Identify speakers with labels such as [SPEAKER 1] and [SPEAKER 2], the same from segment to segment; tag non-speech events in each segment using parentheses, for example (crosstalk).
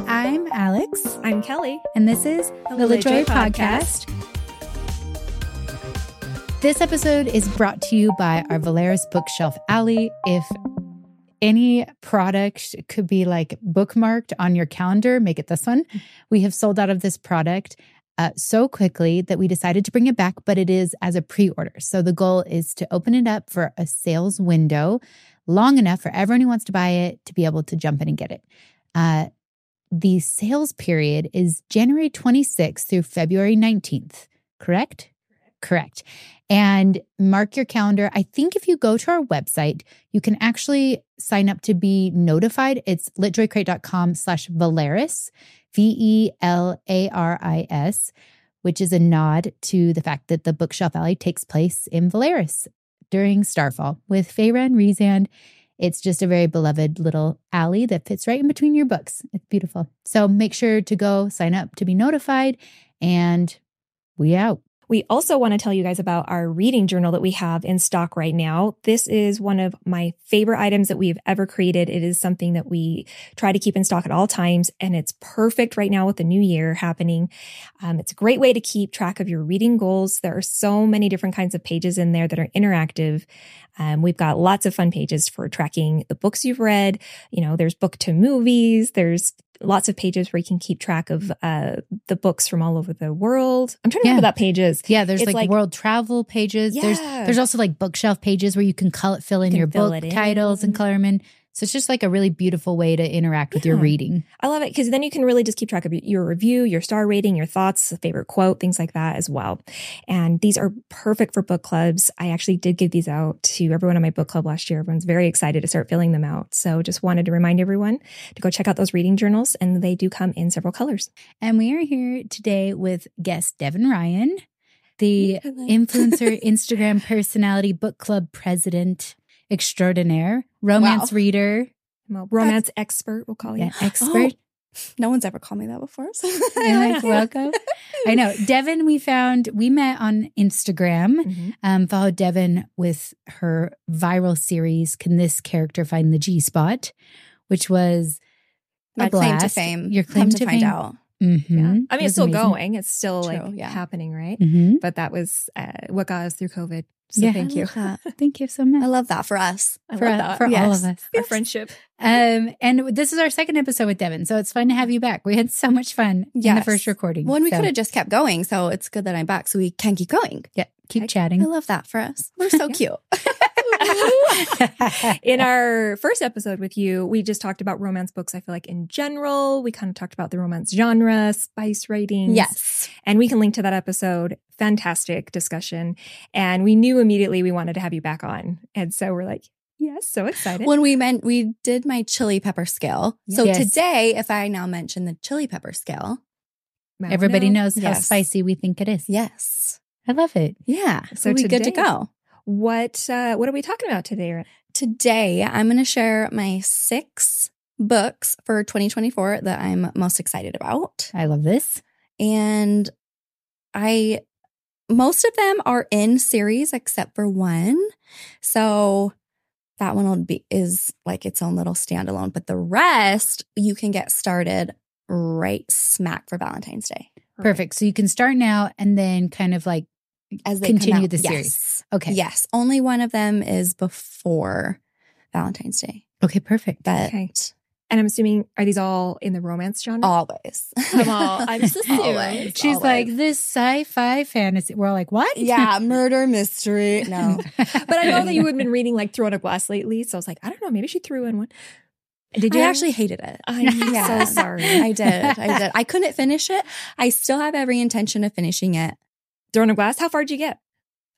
[SPEAKER 1] I'm Alex,
[SPEAKER 2] I'm Kelly.
[SPEAKER 1] and this is
[SPEAKER 2] The
[SPEAKER 1] the
[SPEAKER 2] Little
[SPEAKER 1] LaJoy
[SPEAKER 2] Joy
[SPEAKER 1] Podcast. This episode is brought to you by our Valeris Bookshelf Alley. If any product could be like bookmarked on your calendar, make it this one. We have sold out of this product uh, so quickly that we decided to bring it back, but it is as a pre order. So the goal is to open it up for a sales window long enough for everyone who wants to buy it to be able to jump in and get it. Uh, the sales period is January 26th through February 19th, correct? Correct. And mark your calendar. I think if you go to our website, you can actually sign up to be notified. It's litjoycrate.com slash Valeris, V E L A R I S, which is a nod to the fact that the Bookshelf Alley takes place in Valeris during Starfall with Feyre and Rezand. It's just a very beloved little alley that fits right in between your books. It's beautiful. So make sure to go sign up to be notified and we out.
[SPEAKER 2] We also want to tell you guys about our reading journal that we have in stock right now. This is one of my favorite items that we've ever created. It is something that we try to keep in stock at all times, and it's perfect right now with the new year happening. Um, it's a great way to keep track of your reading goals. There are so many different kinds of pages in there that are interactive. Um, we've got lots of fun pages for tracking the books you've read. You know, there's book to movies, there's lots of pages where you can keep track of uh, the books from all over the world. I'm trying to
[SPEAKER 1] Yeah.
[SPEAKER 2] remember that page is.
[SPEAKER 1] Yeah, there's
[SPEAKER 2] It's
[SPEAKER 1] like,
[SPEAKER 2] like-
[SPEAKER 1] world travel pages. There's
[SPEAKER 2] Yeah.
[SPEAKER 1] there's also like bookshelf pages where you can color, fill in Mm-hmm.
[SPEAKER 2] can
[SPEAKER 1] your
[SPEAKER 2] fill
[SPEAKER 1] book
[SPEAKER 2] it
[SPEAKER 1] titles and
[SPEAKER 2] in.
[SPEAKER 1] color them in. So it's just like a really beautiful way to interact with your
[SPEAKER 2] Yeah.
[SPEAKER 1] reading.
[SPEAKER 2] I love it because then you can really just keep track of your review, your star rating, your thoughts, favorite quote, things like that as well. And these are perfect for book clubs. I actually did give these out to everyone on my book club last year. Everyone's very excited to start filling them out. So just wanted to remind everyone to go check out those reading journals, and they do come in several colors.
[SPEAKER 1] And we are here today with guest Devin Ryan, the (laughs)
[SPEAKER 3] (laughs)
[SPEAKER 1] influencer, Instagram personality, book club president extraordinaire, romance
[SPEAKER 3] Wow.
[SPEAKER 1] reader,
[SPEAKER 2] I'm a romance expert, we'll call you.
[SPEAKER 1] yeah,
[SPEAKER 2] (laughs)
[SPEAKER 1] expert.
[SPEAKER 3] No one's ever called me that before.
[SPEAKER 1] (laughs)
[SPEAKER 3] So (laughs)
[SPEAKER 1] You're like, welcome. I know. Devin, we found, we met on Instagram. (laughs)
[SPEAKER 2] Mhm.
[SPEAKER 1] Um, followed Devin with her viral series, Can This Character Find the G Spot? Which was a
[SPEAKER 3] My claim to
[SPEAKER 1] blast.
[SPEAKER 3] fame.
[SPEAKER 1] Your claim
[SPEAKER 3] Come
[SPEAKER 1] to,
[SPEAKER 3] to, find
[SPEAKER 1] fame.
[SPEAKER 3] out.
[SPEAKER 1] Mhm.
[SPEAKER 2] Yeah. I
[SPEAKER 1] It
[SPEAKER 2] mean,
[SPEAKER 1] was
[SPEAKER 2] it's still
[SPEAKER 1] amazing.
[SPEAKER 2] going. It's still
[SPEAKER 3] True,
[SPEAKER 2] like
[SPEAKER 3] yeah.
[SPEAKER 2] happening, right?
[SPEAKER 1] Mhm.
[SPEAKER 2] But that was uh, what got us through COVID. So
[SPEAKER 1] Yeah.
[SPEAKER 2] thank
[SPEAKER 3] I
[SPEAKER 2] you.
[SPEAKER 3] love that.
[SPEAKER 1] Thank you so much
[SPEAKER 3] I love that for us.
[SPEAKER 1] (laughs)
[SPEAKER 2] I
[SPEAKER 1] for, uh,
[SPEAKER 2] love that.
[SPEAKER 1] for all
[SPEAKER 3] Yes.
[SPEAKER 1] of us.
[SPEAKER 2] Our friendship.
[SPEAKER 1] Um, and this is our second episode with Devin, so it's fun to have you back. We had so much fun in the
[SPEAKER 3] Yes.
[SPEAKER 1] first recording.
[SPEAKER 3] Well, and we
[SPEAKER 1] so
[SPEAKER 3] could have just kept going. So it's good that I'm back. So we can keep going.
[SPEAKER 1] yeah, keep
[SPEAKER 2] I-
[SPEAKER 3] I
[SPEAKER 1] chatting.
[SPEAKER 3] love that
[SPEAKER 1] (laughs)
[SPEAKER 3] for us. We're so
[SPEAKER 2] Yeah.
[SPEAKER 3] cute. (laughs)
[SPEAKER 2] (laughs) in our first episode with you, we just talked about romance books, I feel like in general. We kind of talked about the romance genre, spice ratings.
[SPEAKER 3] Yes.
[SPEAKER 2] And we can link to that episode. Fantastic discussion. And we knew immediately we wanted to have you back on. And so we're like, yes, so excited.
[SPEAKER 3] When we meant we did my chili pepper scale. So
[SPEAKER 1] Yes.
[SPEAKER 3] today, if I now mention the chili pepper scale,
[SPEAKER 2] Mount
[SPEAKER 1] Everybody
[SPEAKER 2] Note.
[SPEAKER 1] knows how
[SPEAKER 3] Yes.
[SPEAKER 1] spicy we think it is.
[SPEAKER 3] yes.
[SPEAKER 1] I love it.
[SPEAKER 3] Yeah.
[SPEAKER 2] So
[SPEAKER 3] So we good to
[SPEAKER 2] today-
[SPEAKER 3] go.
[SPEAKER 2] What uh, what are we talking about today? Erin?
[SPEAKER 3] Today, I'm going to share my six books for 2024 that I'm most excited about.
[SPEAKER 1] I love this.
[SPEAKER 3] and I most of them are in series except for one. So that one will be is like its own little standalone, but the rest you can get started right smack for Valentine's Day
[SPEAKER 1] Perfect. So you can start now and then kind of like
[SPEAKER 3] as they
[SPEAKER 1] Continue
[SPEAKER 3] come out.
[SPEAKER 1] the
[SPEAKER 3] Yes.
[SPEAKER 1] series. okay,
[SPEAKER 3] Yes, only one of them is before Valentine's Day,
[SPEAKER 1] okay, perfect.
[SPEAKER 3] but
[SPEAKER 2] Okay. And I'm assuming are these all in the romance genre?
[SPEAKER 3] always.
[SPEAKER 2] Come on, I'm
[SPEAKER 3] (laughs)
[SPEAKER 2] just
[SPEAKER 3] Always.
[SPEAKER 1] She's
[SPEAKER 3] always.
[SPEAKER 1] like this sci-fi fantasy. We're like, what?
[SPEAKER 3] yeah, murder mystery.
[SPEAKER 1] (laughs)
[SPEAKER 3] No,
[SPEAKER 2] But I know that you had been reading like Throw in a Glass lately, so I was like, I don't know, maybe she threw in one. Did you
[SPEAKER 3] I actually hated (laughs) it.
[SPEAKER 2] I'm
[SPEAKER 3] Yeah.
[SPEAKER 2] so sorry.
[SPEAKER 3] I did. I did. I couldn't finish it. I still have every intention of finishing it.
[SPEAKER 2] Throw in a glass. How far did you get?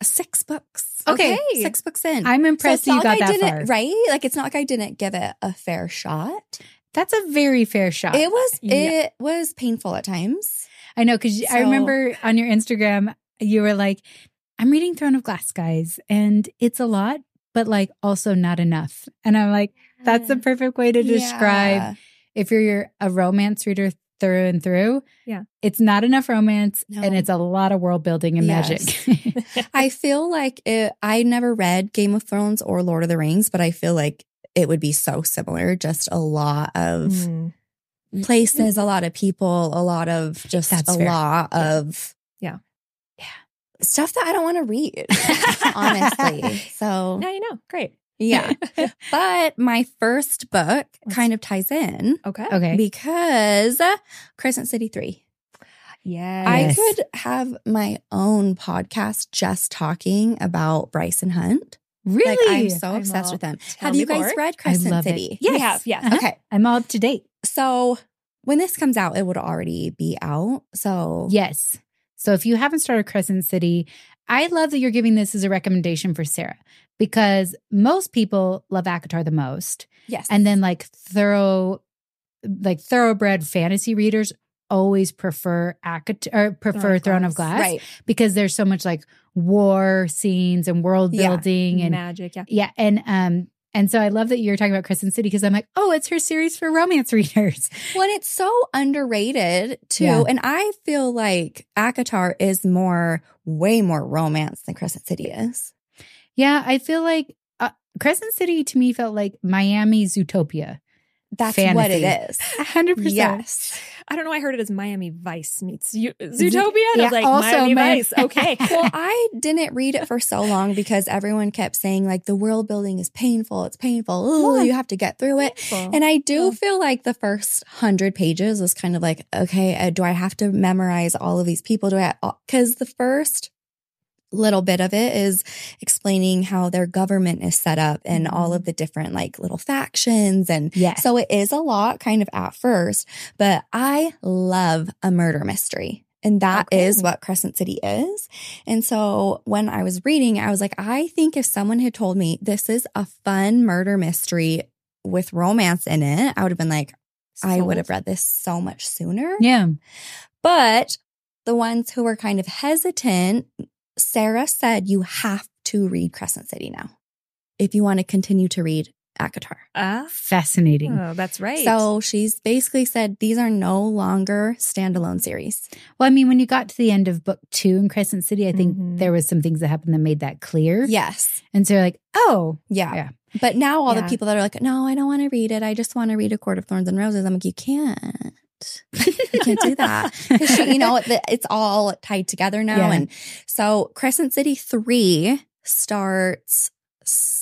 [SPEAKER 3] Six books.
[SPEAKER 1] Okay.
[SPEAKER 3] Six books in.
[SPEAKER 1] (laughs) I'm
[SPEAKER 3] So
[SPEAKER 1] impressed
[SPEAKER 3] it's
[SPEAKER 1] that you
[SPEAKER 3] not
[SPEAKER 1] got
[SPEAKER 3] like I
[SPEAKER 1] that far.
[SPEAKER 3] didn't, Right? Like it's not like I didn't give it a fair shot.
[SPEAKER 1] That's a very fair shot.
[SPEAKER 3] It was
[SPEAKER 2] Yeah.
[SPEAKER 3] it was painful at times.
[SPEAKER 1] I know because I
[SPEAKER 3] So-
[SPEAKER 1] remember on your Instagram you were like, "I'm reading Throne of Glass, guys, and it's a lot, but like also not enough." And I'm like, "That's the
[SPEAKER 2] (laughs)
[SPEAKER 1] perfect way to describe
[SPEAKER 3] Yeah.
[SPEAKER 1] if you're a romance reader through and through."
[SPEAKER 2] Yeah.
[SPEAKER 1] it's not enough romance,
[SPEAKER 3] No.
[SPEAKER 1] and it's a lot of world building and
[SPEAKER 3] Yes.
[SPEAKER 1] magic.
[SPEAKER 3] I feel like it I never read Game of Thrones or Lord of the Rings, but I feel like it would be so similar. Just a lot of
[SPEAKER 2] Mm.
[SPEAKER 3] places, a lot of people, a lot of just
[SPEAKER 1] Mm-hmm. That's
[SPEAKER 3] a
[SPEAKER 1] fair.
[SPEAKER 3] lot of
[SPEAKER 2] Yeah.
[SPEAKER 3] yeah stuff that I don't want to
[SPEAKER 1] (laughs)
[SPEAKER 3] read, honestly. So
[SPEAKER 2] Now you know. Great. (laughs)
[SPEAKER 1] (laughs)
[SPEAKER 3] yeah, but my first book kind of ties in
[SPEAKER 2] Okay.
[SPEAKER 1] (laughs) Okay.
[SPEAKER 3] because Crescent City Three.
[SPEAKER 2] Yeah.
[SPEAKER 1] Yes.
[SPEAKER 3] I could have my own podcast just talking about Bryson Hunt.
[SPEAKER 1] really?
[SPEAKER 3] Like I'm so
[SPEAKER 2] I'm
[SPEAKER 3] obsessed
[SPEAKER 2] all-
[SPEAKER 3] with them.
[SPEAKER 2] Tell
[SPEAKER 3] Have
[SPEAKER 2] me
[SPEAKER 3] you guys
[SPEAKER 2] more.
[SPEAKER 3] read Crescent
[SPEAKER 1] love it.
[SPEAKER 3] City?
[SPEAKER 2] Yes.
[SPEAKER 1] Yes.
[SPEAKER 2] We have. Yes.
[SPEAKER 1] Uh-huh.
[SPEAKER 3] Okay.
[SPEAKER 1] I'm all up to date.
[SPEAKER 3] So when this comes out, it would already be out. So
[SPEAKER 1] Yes. So if you haven't started Crescent City, I love that you're giving this as a recommendation for Sarah because most people love ACOTAR the most.
[SPEAKER 3] yes.
[SPEAKER 1] And then like thorough like thoroughbred fantasy readers always prefer ACOTAR or prefer Throne,
[SPEAKER 2] of
[SPEAKER 1] of
[SPEAKER 2] Glass.
[SPEAKER 1] Glass
[SPEAKER 3] right.
[SPEAKER 1] because there's so much like war scenes and world
[SPEAKER 3] Yeah.
[SPEAKER 1] building and
[SPEAKER 2] Magic. (laughs) Yeah.
[SPEAKER 1] yeah, and um and so I love that you're talking about Crescent City because I'm like, "Oh, it's her series for romance (laughs) readers."
[SPEAKER 3] Well, and it's so underrated too.
[SPEAKER 1] Yeah.
[SPEAKER 3] And I feel like ACOTAR is more, way more romance than Crescent City is.
[SPEAKER 1] Yeah, I feel like uh, Crescent City to me felt like Miami's utopia.
[SPEAKER 3] That's what
[SPEAKER 1] Fantasy.
[SPEAKER 3] it is.
[SPEAKER 1] A (laughs) hundred
[SPEAKER 3] Yes.
[SPEAKER 2] I don't know. I heard it as Miami Vice meets U- Zootopia. And I
[SPEAKER 1] yeah,
[SPEAKER 2] was like,
[SPEAKER 1] also
[SPEAKER 2] Miami
[SPEAKER 1] my-
[SPEAKER 2] Vice. Okay. (laughs)
[SPEAKER 3] well, I didn't read it for so long because everyone kept saying like the world building is painful. It's painful. Ooh,
[SPEAKER 2] Well,
[SPEAKER 3] you have to get through it.
[SPEAKER 2] and
[SPEAKER 3] And I do
[SPEAKER 2] Oh.
[SPEAKER 3] feel like the first hundred pages was kind of like, okay, uh, do I have to memorize all of these people? Do I? Because the first little bit of it is explaining how their government is set up and all of the different like little factions and.
[SPEAKER 1] Yeah.
[SPEAKER 3] So it is a lot kind of at first, but I love a murder mystery. And that
[SPEAKER 2] Okay.
[SPEAKER 3] is what Crescent City is. And so when I was reading, I was like, I think if someone had told me this is a fun murder mystery with romance in it, I would have been like, I would have read this so much sooner.
[SPEAKER 1] yeah.
[SPEAKER 3] But the ones who were kind of hesitant, Sarah said, you have to read Crescent City now if you want to continue to read ACOTAR.
[SPEAKER 2] Ah,
[SPEAKER 1] Fascinating.
[SPEAKER 2] oh, that's right.
[SPEAKER 3] So she's basically said these are no longer standalone series.
[SPEAKER 1] Well, I mean, when you got to the end of book two in Crescent City, I think
[SPEAKER 3] Mm-hmm.
[SPEAKER 2] Mhm.
[SPEAKER 1] there was some things that happened that made that clear.
[SPEAKER 3] Yes.
[SPEAKER 1] And so you're like, oh,
[SPEAKER 3] Yeah.
[SPEAKER 1] Yeah.
[SPEAKER 3] But now all
[SPEAKER 2] Yeah.
[SPEAKER 3] the people that are like, no, I don't want to read it. I just want to read A Court of Thorns and Roses. I'm like, you can't. You can't do that. 'Cause
[SPEAKER 1] (laughs)
[SPEAKER 3] she- you know, the- it's all tied together now.
[SPEAKER 1] Yeah.
[SPEAKER 3] And so Crescent City 3 starts, s-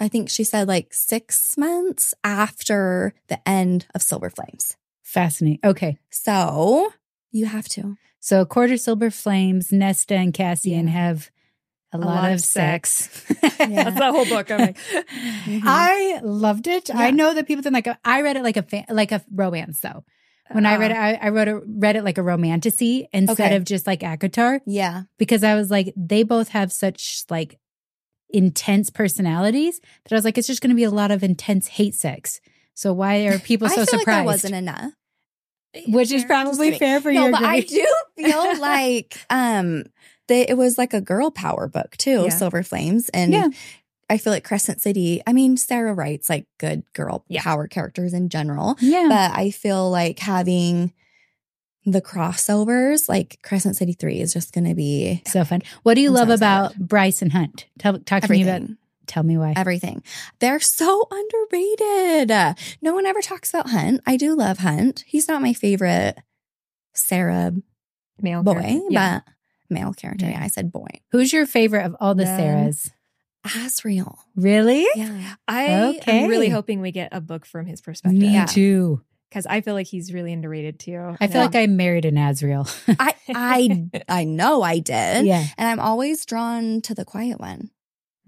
[SPEAKER 3] I think she said like six months after the end of Silver Flames.
[SPEAKER 1] Fascinating. Okay.
[SPEAKER 3] So you have to.
[SPEAKER 1] So quarter silver flames, Nesta and Cassian
[SPEAKER 2] Yeah.
[SPEAKER 1] have a, lot, of sex.
[SPEAKER 3] (laughs) Yeah.
[SPEAKER 2] that's the whole book.
[SPEAKER 1] (laughs)
[SPEAKER 2] I'm like,
[SPEAKER 1] I loved it. I
[SPEAKER 3] Mm-hmm. Yeah.
[SPEAKER 1] know that people think like "Oh, I read it like a fan, like a romance though. When I read it,
[SPEAKER 2] ah,
[SPEAKER 1] I, I wrote it, read it like a romanticy instead
[SPEAKER 3] Uh-huh. Okay.
[SPEAKER 1] of just like ACOTAR
[SPEAKER 3] Yeah.
[SPEAKER 1] because I was like, they both have such like intense personalities that I was like, it's just going to be a lot of intense hate sex. So why are people so
[SPEAKER 3] I feel like
[SPEAKER 1] surprised?
[SPEAKER 3] there wasn't enough.
[SPEAKER 1] Which is probably
[SPEAKER 3] kidding.
[SPEAKER 1] Eh, fair for
[SPEAKER 3] no,
[SPEAKER 1] your
[SPEAKER 3] but I
[SPEAKER 1] grade.
[SPEAKER 3] do
[SPEAKER 1] (laughs)
[SPEAKER 3] feel like um that it was like a girl power book too,
[SPEAKER 2] Yeah.
[SPEAKER 3] Silver Flames, and
[SPEAKER 1] Yeah.
[SPEAKER 3] I feel like Crescent City. I mean, Sarah writes like good girl
[SPEAKER 2] Yeah.
[SPEAKER 3] power characters in general,
[SPEAKER 1] Yeah.
[SPEAKER 3] but I feel like having the crossovers, like Crescent City Three, is just going to be
[SPEAKER 1] so fun. What do you
[SPEAKER 3] I'm so
[SPEAKER 1] love about
[SPEAKER 3] excited.
[SPEAKER 1] Bryson Hunt? Tell, talk to me about.
[SPEAKER 3] everything.
[SPEAKER 1] Tell me why.
[SPEAKER 3] (laughs) Everything. They're so underrated. No one ever talks about Hunt. I do love Hunt. He's not my favorite Sarah
[SPEAKER 2] male
[SPEAKER 3] boy,
[SPEAKER 2] character. Yeah.
[SPEAKER 3] but male character.
[SPEAKER 1] Yeah.
[SPEAKER 3] Yeah, I said boy.
[SPEAKER 1] Who's your favorite of all the
[SPEAKER 2] None.
[SPEAKER 1] Sarahs?
[SPEAKER 3] Asriel.
[SPEAKER 1] Really? (laughs)
[SPEAKER 3] Yeah.
[SPEAKER 2] I
[SPEAKER 1] Okay.
[SPEAKER 2] am really hoping we get a book from his perspective.
[SPEAKER 1] Me
[SPEAKER 3] Yeah.
[SPEAKER 1] too.
[SPEAKER 2] because I feel like he's really underrated too.
[SPEAKER 1] I feel like I married an Azriel.
[SPEAKER 3] I I I know I
[SPEAKER 1] (laughs)
[SPEAKER 3] did.
[SPEAKER 1] yeah.
[SPEAKER 3] And I'm always drawn to the quiet one.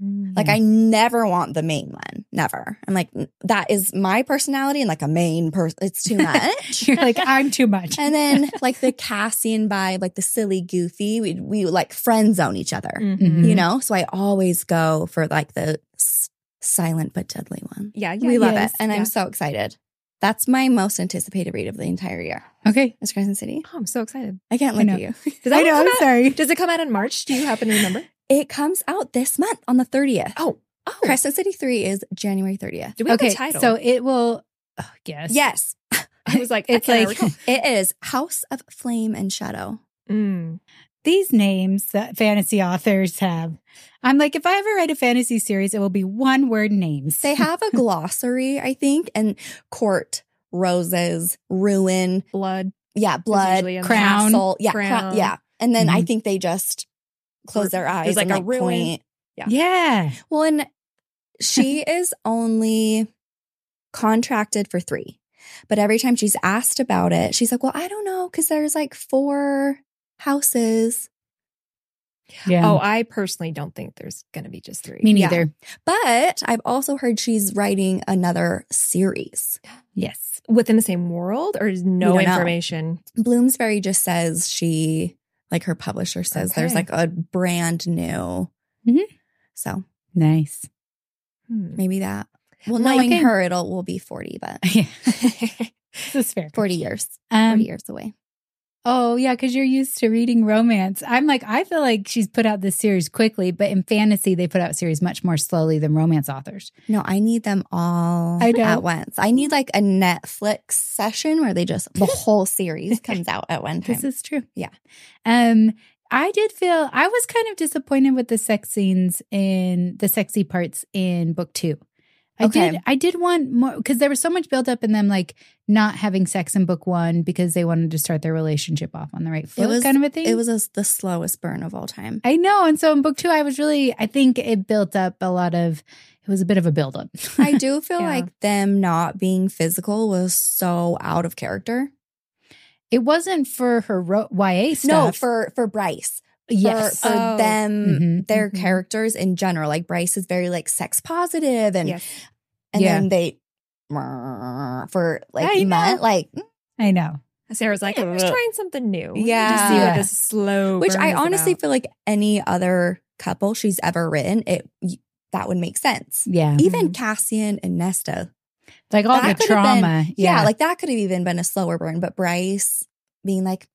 [SPEAKER 3] Like
[SPEAKER 2] Mm-hmm.
[SPEAKER 1] Yeah.
[SPEAKER 3] I never want the main one. Never. I'm like n- that is my personality and like a main person it's too
[SPEAKER 1] (laughs)
[SPEAKER 3] much.
[SPEAKER 1] You're like I'm too
[SPEAKER 3] (laughs)
[SPEAKER 1] much.
[SPEAKER 3] and then like the Cassian vibe, like the silly goofy, we we like friend zone each other.
[SPEAKER 2] Mm-hmm.
[SPEAKER 1] Mhm.
[SPEAKER 3] You know? So I always go for like the s- silent but deadly one.
[SPEAKER 2] yeah, yeah,
[SPEAKER 3] We love
[SPEAKER 2] yes,
[SPEAKER 3] it. And
[SPEAKER 2] yeah.
[SPEAKER 3] I'm so excited. That's my most anticipated read of the entire year.
[SPEAKER 1] Okay.
[SPEAKER 3] Is Crescent City?
[SPEAKER 2] Oh, I'm so excited.
[SPEAKER 3] I can't
[SPEAKER 1] I
[SPEAKER 3] look
[SPEAKER 1] know.
[SPEAKER 3] at you.
[SPEAKER 2] Does that
[SPEAKER 1] I
[SPEAKER 2] one
[SPEAKER 1] know.
[SPEAKER 2] come
[SPEAKER 1] I'm
[SPEAKER 2] out-
[SPEAKER 1] sorry.
[SPEAKER 2] Does it come out in March? Do you happen to remember?
[SPEAKER 3] It comes out this month on the 30th.
[SPEAKER 2] Oh, oh,
[SPEAKER 3] Crescent City 3 is January 30th.
[SPEAKER 2] do we
[SPEAKER 1] okay.
[SPEAKER 2] have a title?
[SPEAKER 1] So it will. Oh, yes.
[SPEAKER 3] Yes,
[SPEAKER 2] I was like,
[SPEAKER 1] It's
[SPEAKER 2] it's I
[SPEAKER 1] like-
[SPEAKER 2] like
[SPEAKER 3] (laughs) it is House of Flame and Shadow.
[SPEAKER 2] (laughs) mm,
[SPEAKER 1] these names that fantasy authors have. I'm like, if I ever write a
[SPEAKER 2] (laughs)
[SPEAKER 1] fantasy series, it will be one word names.
[SPEAKER 3] They have a glossary, I think, and court roses, ruin,
[SPEAKER 2] blood.
[SPEAKER 3] yeah, blood,
[SPEAKER 2] usually in the-
[SPEAKER 1] Crown.
[SPEAKER 3] castle, yeah, crown,
[SPEAKER 2] Crown.
[SPEAKER 3] yeah. And then I
[SPEAKER 1] Mhm.
[SPEAKER 3] think they just close their eyes.
[SPEAKER 2] like
[SPEAKER 3] and,
[SPEAKER 2] a
[SPEAKER 3] like
[SPEAKER 2] ruin.
[SPEAKER 3] point.
[SPEAKER 2] Yeah.
[SPEAKER 1] Yeah.
[SPEAKER 3] Well, and
[SPEAKER 2] (laughs)
[SPEAKER 3] she is only contracted for three. But every time she's asked about it, she's like, well, I don't know, because there's like four houses.
[SPEAKER 1] Yeah.
[SPEAKER 2] Oh, I personally don't think there's going to be just three.
[SPEAKER 1] me
[SPEAKER 3] yeah.
[SPEAKER 1] neither.
[SPEAKER 3] But I've also heard she's writing another series.
[SPEAKER 1] Yes.
[SPEAKER 2] Within the same world or is no
[SPEAKER 3] We don't know.
[SPEAKER 2] information?
[SPEAKER 3] Bloomsbury just says she, like her publisher says, there's
[SPEAKER 2] Okay. Mm-hmm.
[SPEAKER 3] like a brand new.
[SPEAKER 1] Mhm.
[SPEAKER 3] So
[SPEAKER 1] Nice. (laughs)
[SPEAKER 2] Hmm.
[SPEAKER 3] maybe that. Well,
[SPEAKER 1] Well,
[SPEAKER 3] knowing
[SPEAKER 1] okay.
[SPEAKER 3] her, it'll will be 40, (laughs) but
[SPEAKER 1] Yeah. this is fair.
[SPEAKER 3] 40 years, 40
[SPEAKER 1] Um,
[SPEAKER 3] years away.
[SPEAKER 1] oh, yeah, because you're used to reading romance. I'm like, I feel like she's put out this series quickly, but in fantasy, they put out series much more slowly than romance authors.
[SPEAKER 3] No, I need them all
[SPEAKER 1] I know.
[SPEAKER 3] at once. I need like a Netflix session where they just (laughs) the whole series comes out at one time.
[SPEAKER 1] This is true.
[SPEAKER 3] Yeah.
[SPEAKER 1] Um, I did feel I was kind of disappointed with the sex scenes in the sexy parts in book two. I
[SPEAKER 3] Okay.
[SPEAKER 1] did I did want more because there was so much buildup in them like not having sex in book one because they wanted to start their relationship off on the right foot
[SPEAKER 3] was-
[SPEAKER 1] kind of a thing.
[SPEAKER 3] it was a, the slowest burn of all time. (laughs)
[SPEAKER 1] I know. And so in book two, I was really I think it built up a lot of it was a bit of a buildup.
[SPEAKER 3] I do feel
[SPEAKER 2] Yeah.
[SPEAKER 3] like them not being physical was so out of character.
[SPEAKER 1] (laughs) it wasn't for her ro- YA stuff.
[SPEAKER 3] No, for for Bryce.
[SPEAKER 1] yes.
[SPEAKER 3] For, for
[SPEAKER 2] Oh.
[SPEAKER 3] them
[SPEAKER 1] Mhm.
[SPEAKER 3] their
[SPEAKER 2] Mhm.
[SPEAKER 3] characters in general. Like Bryce is very like sex positive and
[SPEAKER 2] Yes.
[SPEAKER 3] and
[SPEAKER 1] Yeah.
[SPEAKER 3] then they for
[SPEAKER 1] I
[SPEAKER 3] like
[SPEAKER 1] know.
[SPEAKER 3] month, like mm,
[SPEAKER 1] I know.
[SPEAKER 2] Sarah's like, I'm just trying something new. We need To see
[SPEAKER 3] Yeah.
[SPEAKER 2] what this slow.
[SPEAKER 3] which
[SPEAKER 2] burn
[SPEAKER 3] I
[SPEAKER 2] is (laughs)
[SPEAKER 3] honestly
[SPEAKER 2] about.
[SPEAKER 3] feel like any other couple she's ever written, it y- that would make sense.
[SPEAKER 1] Yeah.
[SPEAKER 3] Even Cassian and Nesta,
[SPEAKER 1] Like all
[SPEAKER 3] That
[SPEAKER 1] the
[SPEAKER 3] could have been-
[SPEAKER 1] trauma.
[SPEAKER 3] yeah, like that could have even been a slower burn. But Bryce being like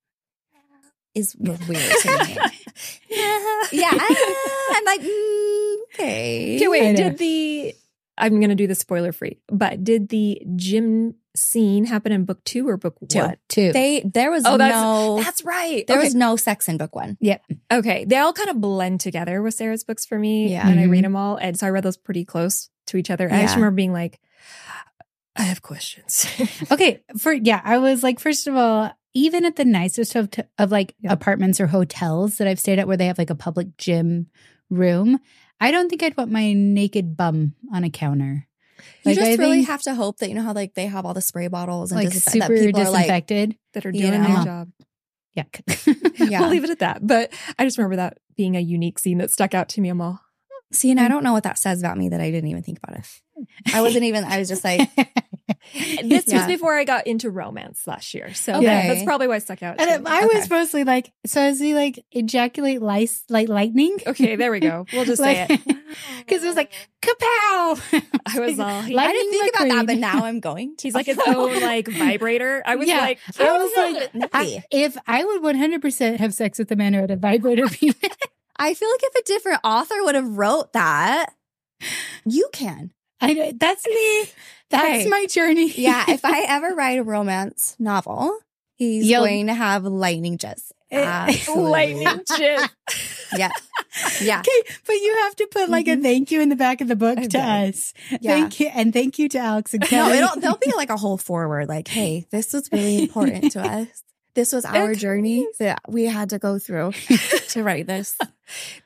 [SPEAKER 3] is weird to (laughs) me. yeah,
[SPEAKER 2] (laughs)
[SPEAKER 3] I- I'm like mm, okay.
[SPEAKER 2] Okay,
[SPEAKER 1] I
[SPEAKER 2] wait.
[SPEAKER 1] know.
[SPEAKER 2] Did the I'm gonna do the spoiler free, but did the gym scene happen in book two or book
[SPEAKER 1] Two.
[SPEAKER 3] (laughs)
[SPEAKER 2] one?
[SPEAKER 1] Two.
[SPEAKER 3] They there was
[SPEAKER 2] Oh, that's-
[SPEAKER 3] no
[SPEAKER 2] That's right.
[SPEAKER 3] there
[SPEAKER 2] okay.
[SPEAKER 3] was no sex in book one.
[SPEAKER 2] okay. They all kind of blend together with Sarah's books for me.
[SPEAKER 3] Yeah.
[SPEAKER 2] And I
[SPEAKER 1] Mhm.
[SPEAKER 2] read them all, and so I read those pretty close to each other. And I just
[SPEAKER 3] Yeah.
[SPEAKER 2] remember being like, I have questions. (laughs)
[SPEAKER 1] okay for yeah i was like first of all even at the nicest of, of like
[SPEAKER 2] Yeah.
[SPEAKER 1] apartments or hotels that i've stayed at where they have like a public gym room i don't think i'd want my naked bum on a counter
[SPEAKER 3] You
[SPEAKER 1] Like,
[SPEAKER 3] just
[SPEAKER 1] I
[SPEAKER 3] really
[SPEAKER 1] think-
[SPEAKER 3] have to hope that you know how like they have all the spray bottles and
[SPEAKER 1] like
[SPEAKER 3] disinfect-
[SPEAKER 1] super
[SPEAKER 3] that people are like
[SPEAKER 1] disinfected
[SPEAKER 2] that are
[SPEAKER 3] You
[SPEAKER 2] doing
[SPEAKER 3] know.
[SPEAKER 2] their job.
[SPEAKER 1] yuck
[SPEAKER 3] (laughs) Yeah.
[SPEAKER 2] We'll leave it at that. But I just remember that being a unique scene that stuck out to me.
[SPEAKER 1] (laughs)
[SPEAKER 2] I'm all
[SPEAKER 3] See, and I don't know what that says about me that I didn't even think about it. Mm.
[SPEAKER 1] (laughs)
[SPEAKER 3] I wasn't even. (laughs) I was just like,
[SPEAKER 2] this
[SPEAKER 3] Yeah.
[SPEAKER 2] was before I got into romance last year. So
[SPEAKER 3] Okay.
[SPEAKER 2] that's probably why it stuck out. to
[SPEAKER 1] and
[SPEAKER 2] me.
[SPEAKER 1] I
[SPEAKER 3] Okay.
[SPEAKER 1] was mostly like, so is he like ejaculate lice like lightning?
[SPEAKER 2] okay, there
[SPEAKER 1] (laughs)
[SPEAKER 2] we go. We'll just say
[SPEAKER 1] Like-
[SPEAKER 2] it.
[SPEAKER 1] (laughs) 'Cause it was like, Kapow! (laughs)
[SPEAKER 2] I was all he-
[SPEAKER 3] I
[SPEAKER 1] Lightning
[SPEAKER 3] didn't think about that,
[SPEAKER 1] McQueen.
[SPEAKER 3] but (laughs) now I'm going. To.
[SPEAKER 2] he's like his
[SPEAKER 1] (laughs)
[SPEAKER 2] own like vibrator. I was
[SPEAKER 1] Yeah.
[SPEAKER 2] like,
[SPEAKER 1] I was like, I,
[SPEAKER 3] Maybe.
[SPEAKER 1] if I would 100% have sex with a man who had a
[SPEAKER 2] (laughs)
[SPEAKER 1] vibrator penis,
[SPEAKER 3] I feel like if a different author would have wrote that, you can.
[SPEAKER 1] (laughs) I know that's me. That's
[SPEAKER 3] Hey.
[SPEAKER 1] my journey.
[SPEAKER 3] (laughs) Yeah, if I ever write a romance novel, he's
[SPEAKER 1] You'll-
[SPEAKER 3] going to have lightning jets.
[SPEAKER 1] Eh,
[SPEAKER 2] (laughs)
[SPEAKER 3] Absolutely.
[SPEAKER 2] lightning chip.
[SPEAKER 3] Yeah, (laughs)
[SPEAKER 1] (laughs)
[SPEAKER 3] yeah,
[SPEAKER 1] Okay, but you have to put like a thank you in the back of the book
[SPEAKER 2] Mm-hmm. I
[SPEAKER 1] to
[SPEAKER 2] bet.
[SPEAKER 1] us.
[SPEAKER 3] yeah.
[SPEAKER 1] Thank you, and thank you to Alex
[SPEAKER 2] (laughs)
[SPEAKER 1] and
[SPEAKER 3] No,
[SPEAKER 1] Kelly.
[SPEAKER 3] it'll, there'll be like a whole forward. Like, hey, this was really important (laughs) to us. This was our
[SPEAKER 2] Okay.
[SPEAKER 3] journey that we had to go (laughs) through to write this.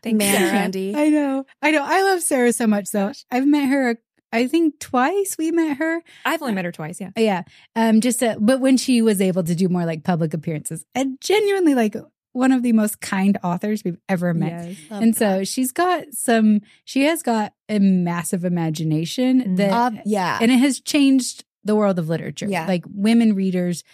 [SPEAKER 2] Thank
[SPEAKER 3] Man
[SPEAKER 2] Sarah.
[SPEAKER 3] candy.
[SPEAKER 1] (laughs) I know, I know. I love Sarah so much, though. I've met her, I think twice. We met her,
[SPEAKER 2] I've only met her twice. Yeah.
[SPEAKER 1] yeah. Um, just uh but when she was able to do more like public appearances, and genuinely like one of the most kind authors we've ever met.
[SPEAKER 3] Um,
[SPEAKER 1] And so she's got some. She has got a massive imagination
[SPEAKER 2] Mhm.
[SPEAKER 1] that
[SPEAKER 3] Um, yeah.
[SPEAKER 1] and it has changed the world of literature.
[SPEAKER 3] Yeah.
[SPEAKER 1] Like women readers,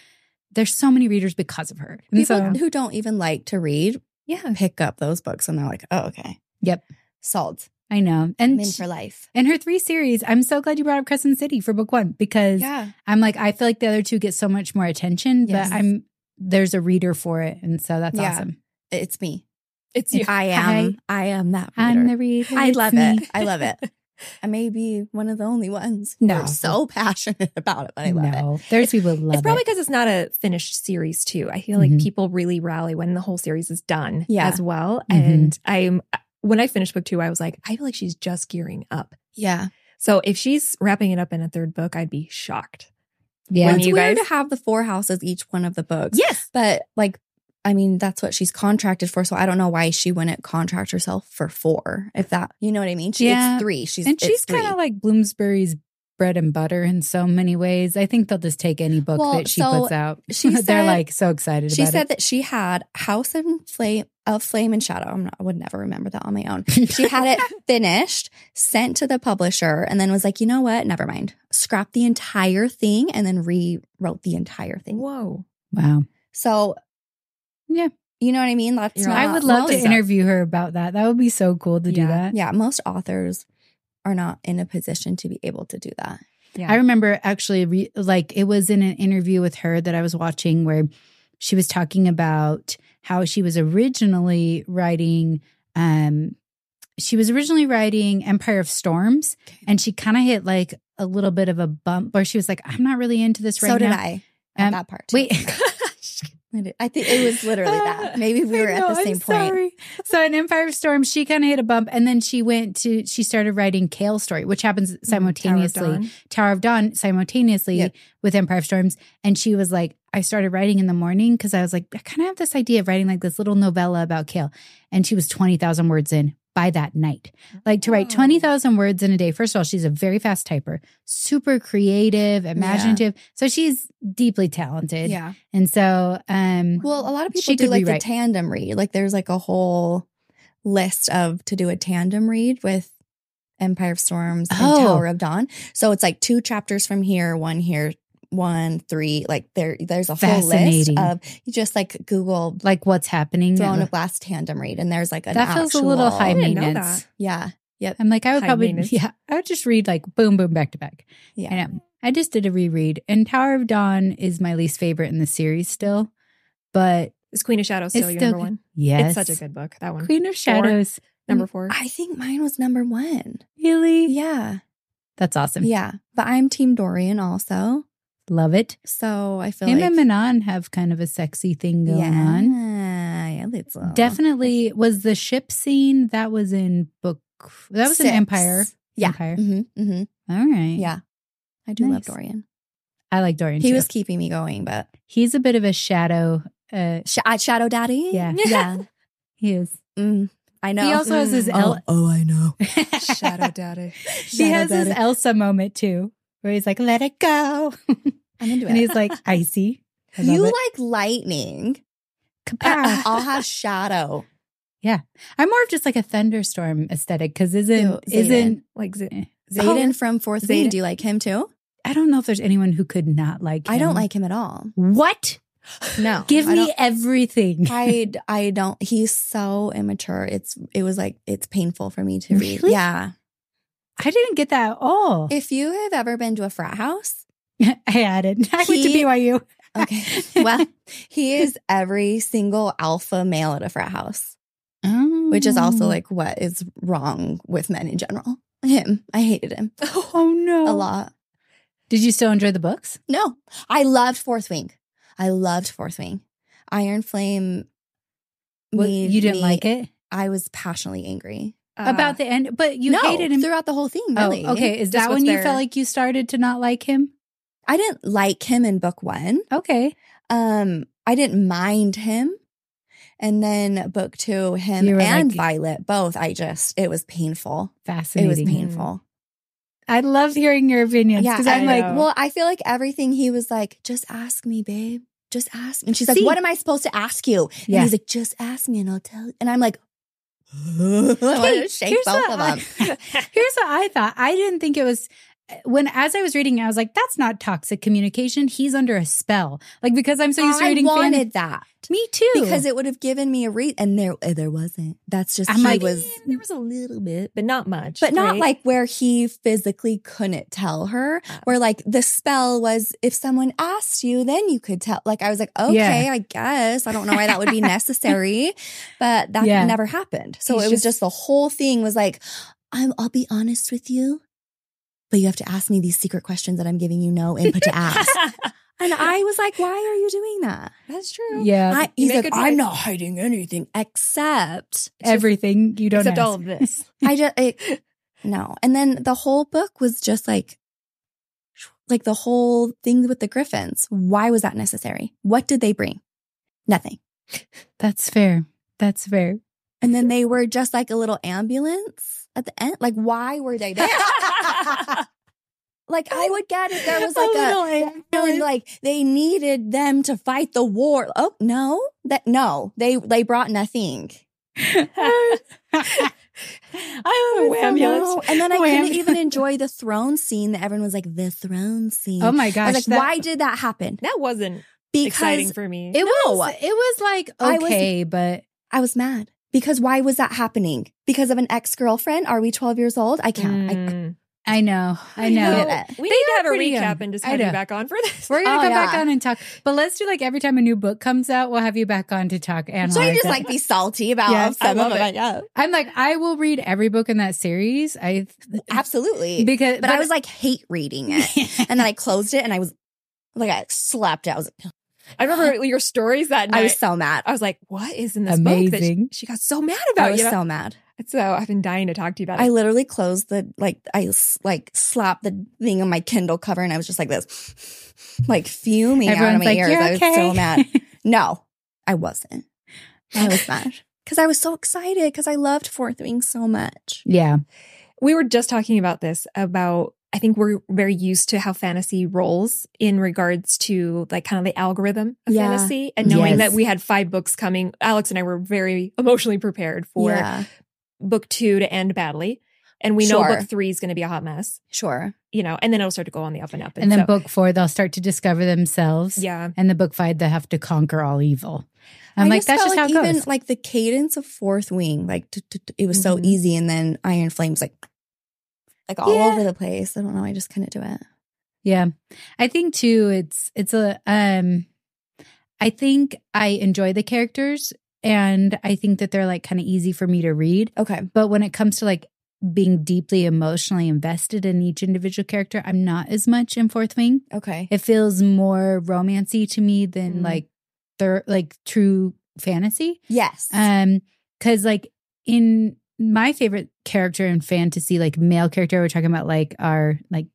[SPEAKER 1] there's so many readers because of her. And
[SPEAKER 3] People
[SPEAKER 1] so
[SPEAKER 3] who don't even like to read
[SPEAKER 2] Yeah.
[SPEAKER 3] pick up those books and they're like, oh, okay.
[SPEAKER 1] Yep.
[SPEAKER 3] Sold.
[SPEAKER 1] I know.
[SPEAKER 3] I'm
[SPEAKER 1] And
[SPEAKER 3] in
[SPEAKER 1] sh-
[SPEAKER 3] for life.
[SPEAKER 1] and her three series, I'm so glad you brought up Crescent City for book one because
[SPEAKER 3] Yeah.
[SPEAKER 1] I'm like, I feel like the other two get so much more attention,
[SPEAKER 3] Yes.
[SPEAKER 1] but I'm there's a reader for it. And so that's
[SPEAKER 3] Yeah.
[SPEAKER 1] awesome.
[SPEAKER 3] It's me.
[SPEAKER 2] It's you.
[SPEAKER 3] I am. I am that reader.
[SPEAKER 1] I'm the reader.
[SPEAKER 3] I
[SPEAKER 1] It's
[SPEAKER 3] love
[SPEAKER 1] me.
[SPEAKER 3] it. I love
[SPEAKER 1] (laughs)
[SPEAKER 3] it. I may be one of the only ones.
[SPEAKER 1] No.
[SPEAKER 3] I'm so (laughs) passionate about it, but I love it.
[SPEAKER 1] no, there's people who love
[SPEAKER 2] It's probably
[SPEAKER 1] it.
[SPEAKER 2] because it's not a finished series too. I feel like
[SPEAKER 1] Mhm.
[SPEAKER 2] people really rally when the whole series is done
[SPEAKER 3] Yeah.
[SPEAKER 2] as well.
[SPEAKER 1] Mhm.
[SPEAKER 2] And I'm uh, when I finished book two, I was like, I feel like she's just gearing up.
[SPEAKER 3] Yeah.
[SPEAKER 2] So if she's wrapping it up in a third book, I'd be shocked.
[SPEAKER 1] Yeah.
[SPEAKER 2] When
[SPEAKER 3] it's
[SPEAKER 2] you
[SPEAKER 3] weird
[SPEAKER 2] guys-
[SPEAKER 3] to have the four houses each one of the books.
[SPEAKER 2] Yes.
[SPEAKER 3] But like, I mean, that's what she's contracted for. So I don't know why she wouldn't contract herself for four. If that, you know what I mean? She,
[SPEAKER 1] Yeah.
[SPEAKER 3] It's three. She's
[SPEAKER 1] and she's
[SPEAKER 3] kind
[SPEAKER 1] kind of like Bloomsbury's bread and butter in so many ways. I think they'll just take any book
[SPEAKER 3] Well,
[SPEAKER 1] that she
[SPEAKER 3] so
[SPEAKER 1] puts out.
[SPEAKER 3] she
[SPEAKER 1] (laughs) They're
[SPEAKER 3] said-
[SPEAKER 1] like so excited
[SPEAKER 3] She
[SPEAKER 1] about
[SPEAKER 3] said
[SPEAKER 1] it.
[SPEAKER 3] that she had House and Flame of Flame and Shadow. I'm not, I would never remember that on my own.
[SPEAKER 1] (laughs)
[SPEAKER 3] She had it finished, sent to the publisher, and then was like, you know what? Never mind. Scrap the entire thing and then rewrote the entire thing.
[SPEAKER 2] Whoa.
[SPEAKER 1] wow.
[SPEAKER 3] So,
[SPEAKER 1] Yeah.
[SPEAKER 3] you know what I mean? That's
[SPEAKER 2] You're
[SPEAKER 3] not,
[SPEAKER 2] right.
[SPEAKER 1] I would love to
[SPEAKER 3] most-
[SPEAKER 1] Uh, interview her about that. That would be so cool to do
[SPEAKER 2] Yeah.
[SPEAKER 1] that.
[SPEAKER 3] Yeah, most authors are not in a position to be able to do that.
[SPEAKER 2] Yeah. Mm-hmm.
[SPEAKER 1] I remember actually, re- like, it was in an interview with her that I was watching where she was talking about how she was originally writing. Um, she was originally writing Empire of Storms, and she kind of hit like a little bit of a bump, where she was like, "I'm not really into this right
[SPEAKER 3] so
[SPEAKER 1] now."
[SPEAKER 3] did I. At
[SPEAKER 1] Um,
[SPEAKER 3] that part. too.
[SPEAKER 1] Wait, (laughs)
[SPEAKER 3] I did- I think it was literally that. Maybe (laughs) we
[SPEAKER 1] I
[SPEAKER 3] were at the
[SPEAKER 1] know,
[SPEAKER 3] same
[SPEAKER 1] I'm
[SPEAKER 3] point.
[SPEAKER 1] sorry. So in Empire of Storms, she kind of hit a bump, and then she went to she started writing Kale Story, which
[SPEAKER 3] Mm,
[SPEAKER 1] happens simultaneously.
[SPEAKER 2] Tower of Dawn.
[SPEAKER 1] Tower of Dawn simultaneously
[SPEAKER 3] Yep.
[SPEAKER 1] with Empire of Storms. And she was like, I started writing in the morning because I was like, I kind of have this idea of writing like this little novella about Kale. And she was 20,000 words in by that night. Like to write
[SPEAKER 3] Oh.
[SPEAKER 2] Whoa.
[SPEAKER 1] 20,000 words in a day. First of all, she's a very fast typer, super creative, imaginative. So she's deeply talented.
[SPEAKER 2] Yeah.
[SPEAKER 1] And so, um,
[SPEAKER 3] Well, a lot of people
[SPEAKER 1] She
[SPEAKER 3] do
[SPEAKER 1] could
[SPEAKER 3] like
[SPEAKER 1] rewrite.
[SPEAKER 3] the tandem read. Like there's like a whole list of to do a tandem read with Empire of Storms and
[SPEAKER 1] Oh.
[SPEAKER 3] Tower of Dawn. So it's like two chapters from here, one here, one, three. Like there there's a whole list
[SPEAKER 1] Fascinating.
[SPEAKER 3] of you just like Google
[SPEAKER 1] like what's happening.
[SPEAKER 3] throwing a
[SPEAKER 1] That
[SPEAKER 3] glass tandem read and there's like an
[SPEAKER 1] feels a
[SPEAKER 3] actual-
[SPEAKER 1] little high
[SPEAKER 2] I didn't know
[SPEAKER 1] maintenance.
[SPEAKER 2] that.
[SPEAKER 3] Yeah.
[SPEAKER 1] I'm like, I would
[SPEAKER 2] High
[SPEAKER 1] probably,
[SPEAKER 2] maintenance.
[SPEAKER 1] yeah, I would just read like boom, boom, back to back.
[SPEAKER 3] Yeah.
[SPEAKER 1] I know. I just did a reread, and Tower of Dawn is my least favorite in the series still, but
[SPEAKER 2] It's Queen of Shadows
[SPEAKER 1] It's
[SPEAKER 2] still your
[SPEAKER 1] still
[SPEAKER 2] number
[SPEAKER 1] good.
[SPEAKER 2] one.
[SPEAKER 1] yes,
[SPEAKER 2] It's such a good book. That one.
[SPEAKER 1] Queen of Shadows.
[SPEAKER 2] Number four.
[SPEAKER 3] I think mine was number one.
[SPEAKER 1] Really,
[SPEAKER 3] Yeah.
[SPEAKER 1] that's awesome.
[SPEAKER 3] Yeah. But I'm Team Dorian also.
[SPEAKER 1] Love it.
[SPEAKER 3] So I feel
[SPEAKER 1] Him
[SPEAKER 3] like
[SPEAKER 1] and Manon have kind of a sexy thing going on.
[SPEAKER 3] yeah, yeah, it's a-
[SPEAKER 1] Definitely was the ship scene that was in book. That was an
[SPEAKER 3] Six.
[SPEAKER 1] Empire.
[SPEAKER 3] Yeah.
[SPEAKER 1] Empire.
[SPEAKER 3] hmm hmm
[SPEAKER 1] All right.
[SPEAKER 3] Yeah. I do love
[SPEAKER 1] Nice.
[SPEAKER 3] Dorian.
[SPEAKER 1] I like Dorian.
[SPEAKER 3] He
[SPEAKER 1] too.
[SPEAKER 3] was keeping me going, but
[SPEAKER 1] He's a bit of a shadow. Uh,
[SPEAKER 3] Sh- uh, Shadow Daddy.
[SPEAKER 1] Yeah.
[SPEAKER 3] (laughs)
[SPEAKER 1] (laughs)
[SPEAKER 3] Yeah.
[SPEAKER 1] he is.
[SPEAKER 3] Mm, I know. Oh,
[SPEAKER 1] He also has his
[SPEAKER 2] Mm.
[SPEAKER 1] El-
[SPEAKER 3] I know.
[SPEAKER 2] (laughs)
[SPEAKER 3] (laughs)
[SPEAKER 2] Shadow Daddy.
[SPEAKER 1] (laughs) He has his
[SPEAKER 3] Daddy.
[SPEAKER 1] Elsa moment too, where he's like, "Let it go." (laughs)
[SPEAKER 3] I'm into
[SPEAKER 1] and
[SPEAKER 3] it. (laughs)
[SPEAKER 1] he's like icy. I love
[SPEAKER 3] you
[SPEAKER 1] it. (laughs)
[SPEAKER 3] like lightning.
[SPEAKER 1] Kapow.
[SPEAKER 3] (laughs) I'll
[SPEAKER 1] (laughs)
[SPEAKER 3] have
[SPEAKER 1] Oh.
[SPEAKER 3] Shadow.
[SPEAKER 1] I'm more of just like a thunderstorm aesthetic because isn't
[SPEAKER 3] Ew, Zayden.
[SPEAKER 1] isn't
[SPEAKER 2] Like Z-
[SPEAKER 1] eh.
[SPEAKER 3] Zayden from Fourth B.
[SPEAKER 2] Zayden.
[SPEAKER 3] Do you like him too?
[SPEAKER 1] I don't know if there's anyone who could not like. Him.
[SPEAKER 3] I don't like him at all.
[SPEAKER 1] what?
[SPEAKER 3] No.
[SPEAKER 1] Give
[SPEAKER 3] I
[SPEAKER 1] me
[SPEAKER 3] don't- Uh,
[SPEAKER 1] everything.
[SPEAKER 3] I, I don't. He's so immature. It's it was like it's painful for me to read.
[SPEAKER 1] Really? Oh.
[SPEAKER 3] Yeah.
[SPEAKER 1] (laughs) I didn't get that at all.
[SPEAKER 3] If you have ever been to a frat house,
[SPEAKER 1] (laughs) I added. I went to
[SPEAKER 3] He-
[SPEAKER 1] BYU.
[SPEAKER 3] Okay. Well, he is every single alpha male at a frat house, which is also
[SPEAKER 1] Oh.
[SPEAKER 3] like what is wrong with men in general. Him. I hated him
[SPEAKER 1] (laughs) oh no,
[SPEAKER 3] a lot.
[SPEAKER 1] Did you still enjoy the books?
[SPEAKER 3] No, I loved Fourth Wing. I loved Fourth Wing. Iron Flame.
[SPEAKER 1] What-
[SPEAKER 3] made
[SPEAKER 1] you didn't
[SPEAKER 3] me-
[SPEAKER 1] like it
[SPEAKER 3] I was passionately angry.
[SPEAKER 2] uh,
[SPEAKER 1] about the end, but you
[SPEAKER 3] no,
[SPEAKER 1] hated him.
[SPEAKER 3] throughout the whole thing. Really.
[SPEAKER 1] Oh, okay. Is
[SPEAKER 2] Just
[SPEAKER 1] that
[SPEAKER 2] what's
[SPEAKER 1] when you
[SPEAKER 2] there.
[SPEAKER 1] felt like you started to not like him?
[SPEAKER 3] I didn't like him in book one.
[SPEAKER 1] Okay.
[SPEAKER 3] um i didn't mind him and then book two him
[SPEAKER 1] You were
[SPEAKER 3] and
[SPEAKER 1] like-
[SPEAKER 3] violet both i just it was painful it
[SPEAKER 1] Fascinating.
[SPEAKER 3] was painful
[SPEAKER 1] I love hearing your opinions
[SPEAKER 3] yeah
[SPEAKER 1] because I'm
[SPEAKER 2] I
[SPEAKER 1] like,
[SPEAKER 2] know.
[SPEAKER 3] well i feel like everything he was like just ask me babe just ask me and she's like
[SPEAKER 1] See?
[SPEAKER 3] what am i supposed to ask you and
[SPEAKER 1] Yeah.
[SPEAKER 3] he's like just ask me and i'll tell you and i'm like (laughs) i (laughs) want to
[SPEAKER 1] Hey,
[SPEAKER 3] shake
[SPEAKER 1] here's
[SPEAKER 3] both
[SPEAKER 1] what
[SPEAKER 3] of
[SPEAKER 1] I-
[SPEAKER 3] them
[SPEAKER 1] here's what I thought. I didn't think it was when as I was reading, I was like, that's not toxic communication. He's under a spell. Like because I'm (laughs) so used to
[SPEAKER 3] i
[SPEAKER 1] reading fan-
[SPEAKER 3] wanted that
[SPEAKER 1] Me too. (laughs)
[SPEAKER 3] because it would have given me a read and there and there wasn't that's just
[SPEAKER 1] I'm
[SPEAKER 3] he
[SPEAKER 1] like,
[SPEAKER 3] was
[SPEAKER 1] "Eh,
[SPEAKER 2] there was a little bit, but not much.
[SPEAKER 3] but not
[SPEAKER 2] right?
[SPEAKER 3] like where he physically couldn't tell her where like the spell was if someone asked you then you could tell like i was like okay i guess i don't know why that would (laughs) be necessary but that
[SPEAKER 1] Yeah.
[SPEAKER 3] never happened so
[SPEAKER 1] He's
[SPEAKER 3] it was
[SPEAKER 1] just-
[SPEAKER 3] just the whole thing was like I'm, i'll be honest with you but you have to ask me these secret questions that i'm giving you no input (laughs) to ask and i was like why are you doing that
[SPEAKER 2] That's true.
[SPEAKER 1] yeah,
[SPEAKER 3] I,
[SPEAKER 2] You
[SPEAKER 3] he's
[SPEAKER 2] make
[SPEAKER 3] like
[SPEAKER 2] a
[SPEAKER 3] i'm
[SPEAKER 2] choice.
[SPEAKER 3] not hiding anything except
[SPEAKER 1] everything you don't
[SPEAKER 2] Except
[SPEAKER 1] ask.
[SPEAKER 2] all of this.
[SPEAKER 3] I just I, no. And then the whole book was just like like the whole thing with the griffins. Why was that necessary? What did they bring? Nothing.
[SPEAKER 1] That's fair. That's fair.
[SPEAKER 3] And then they were just like a little ambulance at the end. Like, why were they there? (laughs) like, I would get it. There was
[SPEAKER 1] Oh,
[SPEAKER 3] like a, feeling like they needed them to fight the war. Oh no, that no, they they brought nothing.
[SPEAKER 1] (laughs)
[SPEAKER 2] I love ambulance.
[SPEAKER 3] No. And then I
[SPEAKER 1] Wham.
[SPEAKER 3] couldn't even enjoy the throne scene that everyone was like the throne scene.
[SPEAKER 1] oh my
[SPEAKER 3] I
[SPEAKER 1] gosh.
[SPEAKER 3] was like,
[SPEAKER 1] that-
[SPEAKER 3] why did that happen?
[SPEAKER 2] That
[SPEAKER 1] (laughs)
[SPEAKER 2] wasn't
[SPEAKER 3] Because
[SPEAKER 2] exciting for me.
[SPEAKER 1] It
[SPEAKER 3] No.
[SPEAKER 1] was it was like
[SPEAKER 3] I was-
[SPEAKER 1] okay, but
[SPEAKER 3] I was mad. Because why was that happening? Because of an ex girlfriend? Are we 12 years old? I can't. I (laughs) c-
[SPEAKER 2] Mm.
[SPEAKER 1] I know, I
[SPEAKER 3] I
[SPEAKER 1] know.
[SPEAKER 3] hated it.
[SPEAKER 2] We
[SPEAKER 1] They
[SPEAKER 2] need to
[SPEAKER 1] are
[SPEAKER 2] have a
[SPEAKER 1] pretty
[SPEAKER 2] recap
[SPEAKER 1] young.
[SPEAKER 2] and just
[SPEAKER 1] I
[SPEAKER 2] have you
[SPEAKER 1] know.
[SPEAKER 2] back on for this. (laughs)
[SPEAKER 1] We're gonna
[SPEAKER 3] Oh,
[SPEAKER 1] come back
[SPEAKER 3] yeah.
[SPEAKER 1] on and talk, but let's do like every time a new book comes out, we'll have you back on to talk. And
[SPEAKER 3] so you just like be salty about
[SPEAKER 1] Yes, I
[SPEAKER 3] some
[SPEAKER 1] love
[SPEAKER 3] of
[SPEAKER 1] it.
[SPEAKER 3] it. Yeah,
[SPEAKER 1] I'm like, I will read every book in that series. I
[SPEAKER 3] absolutely.
[SPEAKER 1] because,
[SPEAKER 3] but I was like (laughs) hate reading it.
[SPEAKER 1] like,
[SPEAKER 3] and then I closed it and I was like, I slapped it. I was,
[SPEAKER 2] I remember your stories that night.
[SPEAKER 3] I was so mad.
[SPEAKER 2] I was like, what is in this book that she,
[SPEAKER 1] Amazing.
[SPEAKER 2] she got so mad
[SPEAKER 3] I
[SPEAKER 2] about?
[SPEAKER 3] was
[SPEAKER 2] You know?
[SPEAKER 3] so mad.
[SPEAKER 2] And so I've been dying to talk to you about
[SPEAKER 3] I
[SPEAKER 2] it.
[SPEAKER 3] literally closed the, like, I s- like slapped the thing on my Kindle cover and I was just like this, like fuming out of
[SPEAKER 1] everyone's
[SPEAKER 3] my
[SPEAKER 1] like,
[SPEAKER 3] ears.
[SPEAKER 1] you're
[SPEAKER 3] I was
[SPEAKER 1] okay.
[SPEAKER 3] so mad. No, I wasn't. I was mad because I was so excited because I loved Fourth Wing so much.
[SPEAKER 1] (laughs) yeah,
[SPEAKER 2] we were just talking about this about I think we're very used to how fantasy rolls in regards to like kind of the algorithm of
[SPEAKER 3] Yeah.
[SPEAKER 2] fantasy and
[SPEAKER 1] Yes.
[SPEAKER 2] knowing that we had five books coming. Alex and I were very emotionally prepared for
[SPEAKER 3] yeah,
[SPEAKER 2] book two to end badly. And we know
[SPEAKER 3] Sure.
[SPEAKER 2] book three is going to be a hot mess,
[SPEAKER 3] sure.
[SPEAKER 2] you know, and then it'll start to go on the up and up.
[SPEAKER 1] and then
[SPEAKER 2] so-
[SPEAKER 1] book four, they'll start to discover themselves.
[SPEAKER 2] yeah.
[SPEAKER 1] and the book five, they have to conquer all evil. I'm
[SPEAKER 3] I
[SPEAKER 1] like, that's
[SPEAKER 3] felt
[SPEAKER 1] just how
[SPEAKER 3] like
[SPEAKER 1] it
[SPEAKER 3] even
[SPEAKER 1] goes. Mm-hmm.
[SPEAKER 3] like the cadence of Fourth Wing, like t- t- t- it was so
[SPEAKER 2] Mhm.
[SPEAKER 3] easy, and then Iron Flames like like all
[SPEAKER 2] Yeah.
[SPEAKER 3] over the place. I don't know. I just couldn't do it.
[SPEAKER 1] Yeah. I think too it's it's a um I think I enjoy the characters and I think that they're like kind of easy for me to read,
[SPEAKER 3] Okay.
[SPEAKER 1] but when it comes to like being deeply emotionally invested in each individual character, I'm not as much in Fourth Wing.
[SPEAKER 3] Okay.
[SPEAKER 1] It feels more romancy to me than
[SPEAKER 2] Mm.
[SPEAKER 1] like they're like true fantasy.
[SPEAKER 3] Yes.
[SPEAKER 1] Um, because like in my favorite character in fantasy, like male character, we're talking about like our like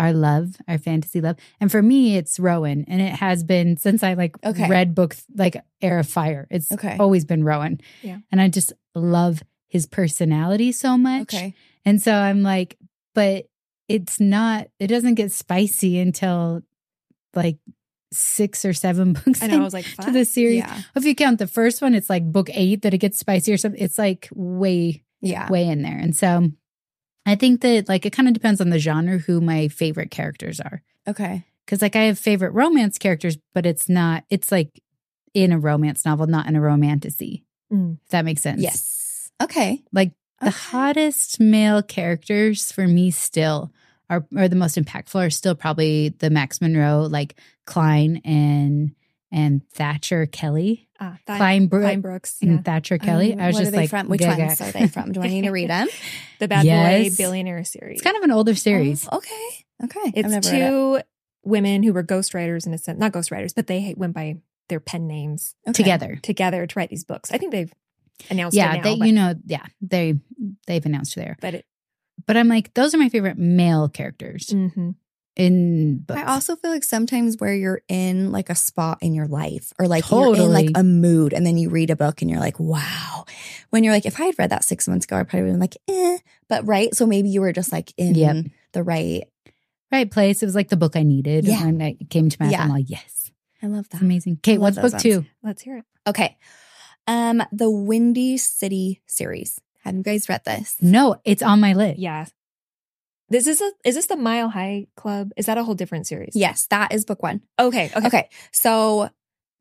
[SPEAKER 1] our love, our fantasy love, and for me, it's Rowan, and it has been since I like
[SPEAKER 3] Okay.
[SPEAKER 1] read book like Air of Fire. It's
[SPEAKER 3] Okay.
[SPEAKER 1] always been Rowan,
[SPEAKER 2] Yeah.
[SPEAKER 1] and I just love his personality so much,
[SPEAKER 3] okay.
[SPEAKER 1] and so I'm like, but it's not, it doesn't get spicy until like six or seven (laughs) books
[SPEAKER 2] I know. I
[SPEAKER 1] in
[SPEAKER 2] was like,
[SPEAKER 1] to
[SPEAKER 2] five?
[SPEAKER 1] the series
[SPEAKER 3] Yeah.
[SPEAKER 1] if you count the first one, it's like book eight that it gets spicy or something. It's like way,
[SPEAKER 3] Yeah.
[SPEAKER 1] way in there. And so I think that like it kind of depends on the genre who my favorite characters are.
[SPEAKER 3] Okay.
[SPEAKER 1] Cause like I have favorite romance characters, but it's not, it's like in a romance novel, not in a romanticy.
[SPEAKER 2] Mm.
[SPEAKER 1] If that makes sense.
[SPEAKER 3] Yes. Okay.
[SPEAKER 1] Like the
[SPEAKER 3] Okay.
[SPEAKER 1] hottest male characters for me still are, are the most impactful are still probably the Max Monroe, like Klein and, and Thatcher Kelly.
[SPEAKER 2] Ah, Thi-
[SPEAKER 1] Klein, Bro-
[SPEAKER 2] Klein Brooks.
[SPEAKER 1] and
[SPEAKER 2] Yeah.
[SPEAKER 1] Thatcher Kelly.
[SPEAKER 3] Um,
[SPEAKER 1] I was
[SPEAKER 3] what
[SPEAKER 1] just
[SPEAKER 3] are they
[SPEAKER 1] like,
[SPEAKER 3] from? which
[SPEAKER 1] gaga.
[SPEAKER 3] ones are they from? Do I need
[SPEAKER 1] (laughs)
[SPEAKER 3] to read them?
[SPEAKER 2] The Bad Boy
[SPEAKER 1] Yes.
[SPEAKER 2] Billionaire series.
[SPEAKER 1] It's kind of an older series.
[SPEAKER 3] Oh, okay. Okay. I've never read
[SPEAKER 2] It's
[SPEAKER 3] it.
[SPEAKER 2] two women who were ghostwriters in a sense, not ghostwriters, but they went by their pen names
[SPEAKER 3] Okay.
[SPEAKER 1] Together,
[SPEAKER 2] together to write these books. I think they've announced
[SPEAKER 1] yeah,
[SPEAKER 2] it now,
[SPEAKER 1] they,
[SPEAKER 2] but,
[SPEAKER 1] you know, yeah, they they've announced there.
[SPEAKER 2] but it,
[SPEAKER 1] But I'm like, those are my favorite male characters
[SPEAKER 2] mhm.
[SPEAKER 1] in books.
[SPEAKER 3] Mm. I also feel like sometimes where you're in like a spot in your life or like you're in
[SPEAKER 1] Totally.
[SPEAKER 3] like a mood and then you read a book and you're like, wow. When you're like, if I had read that six months ago, I probably would have been like, eh. But right. So maybe you were just like in
[SPEAKER 1] Yep.
[SPEAKER 3] the right.
[SPEAKER 1] right place. It was like the book I needed,
[SPEAKER 3] Yeah.
[SPEAKER 1] and I came to math.
[SPEAKER 3] Yeah.
[SPEAKER 1] I'm like, yes,
[SPEAKER 3] I love
[SPEAKER 1] it's
[SPEAKER 3] that.
[SPEAKER 1] amazing. Kate, what's
[SPEAKER 3] Love those
[SPEAKER 1] book two?
[SPEAKER 2] let's hear it.
[SPEAKER 3] Okay. Um, the Windy City series. Have you guys read this?
[SPEAKER 1] No, it's on my list.
[SPEAKER 2] Yeah. This is a, is this the Mile High Club? Is that a whole different series?
[SPEAKER 3] Yes, that is book one.
[SPEAKER 2] Okay. Okay.
[SPEAKER 3] Okay. So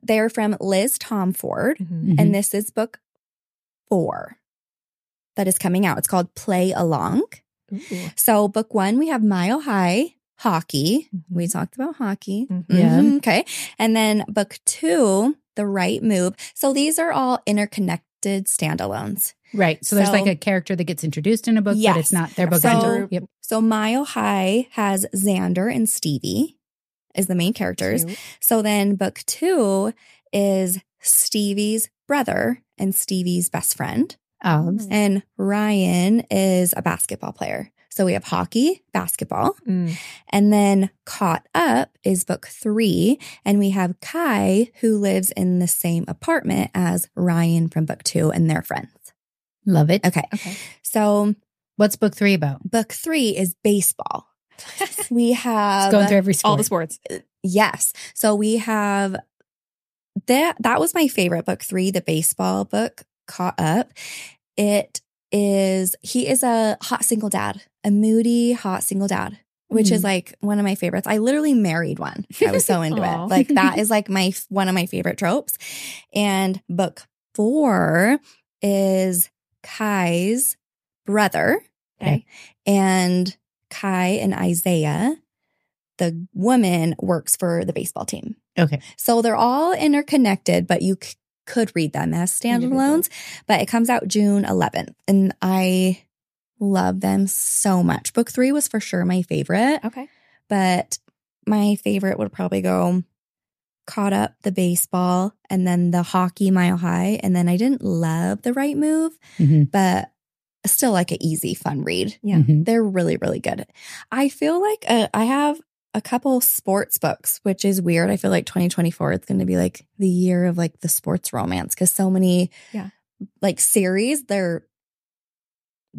[SPEAKER 3] they're from Liz Tomford.
[SPEAKER 2] Mhm.
[SPEAKER 1] Mhm.
[SPEAKER 3] and this is book four that is coming out. It's called Play Along.
[SPEAKER 2] Ooh.
[SPEAKER 3] So, book one, we have Mile High Hockey.
[SPEAKER 2] Mhm.
[SPEAKER 3] We talked about hockey.
[SPEAKER 2] Mhm.
[SPEAKER 1] Yeah.
[SPEAKER 3] Mhm, Okay. And then book two, The Right Move. So, these are all interconnected standalones.
[SPEAKER 1] right. So, there's
[SPEAKER 3] So-
[SPEAKER 1] like a character that gets introduced in a book, but it's
[SPEAKER 3] Yes.
[SPEAKER 1] not their book.
[SPEAKER 3] So-
[SPEAKER 1] under- yep.
[SPEAKER 3] So, Mile High has Xander and Stevie as the main characters.
[SPEAKER 2] Cute.
[SPEAKER 3] So, then book two is Stevie's brother and Stevie's best friend.
[SPEAKER 1] Oh,
[SPEAKER 2] Mm.
[SPEAKER 3] And Ryan is a basketball player. So we have hockey, basketball,
[SPEAKER 2] Mm.
[SPEAKER 3] and then Caught Up is book three. And we have Kai, who lives in the same apartment as Ryan from book two and their friends.
[SPEAKER 1] Love it.
[SPEAKER 3] Okay.
[SPEAKER 2] Okay.
[SPEAKER 3] So
[SPEAKER 1] What's book three about?
[SPEAKER 3] book three is
[SPEAKER 1] (laughs)
[SPEAKER 3] baseball. We have
[SPEAKER 1] It's going through every sport.
[SPEAKER 2] All the sports.
[SPEAKER 3] Yes. So we have that that was my favorite book 3, the baseball book caught up. It is he is a hot single dad, a moody hot single dad, which is like one of my favorites. I literally married one. I was so into
[SPEAKER 2] Aw.
[SPEAKER 3] it. Like that is like my one of my favorite tropes. And book 4 is Kai's brother
[SPEAKER 2] Okay.
[SPEAKER 3] and Kai and Isaiah, the woman works for the baseball team.
[SPEAKER 1] Okay.
[SPEAKER 3] So they're all interconnected, but you c- could read them as standalones. But it comes out June 11th, and I love them so much. Book three was for sure my favorite,
[SPEAKER 2] Okay.
[SPEAKER 3] but my favorite would probably go caught up the baseball and then the hockey mile high and then i didn't love the right move
[SPEAKER 1] Mhm.
[SPEAKER 3] but still like an easy fun read
[SPEAKER 2] Yeah.
[SPEAKER 1] Mhm.
[SPEAKER 3] they're really, really good. I feel like uh, I have a couple sports books, which is weird. I feel like 2024 is going to be like the year of like the sports romance because so many,
[SPEAKER 2] Yeah.
[SPEAKER 3] like series they're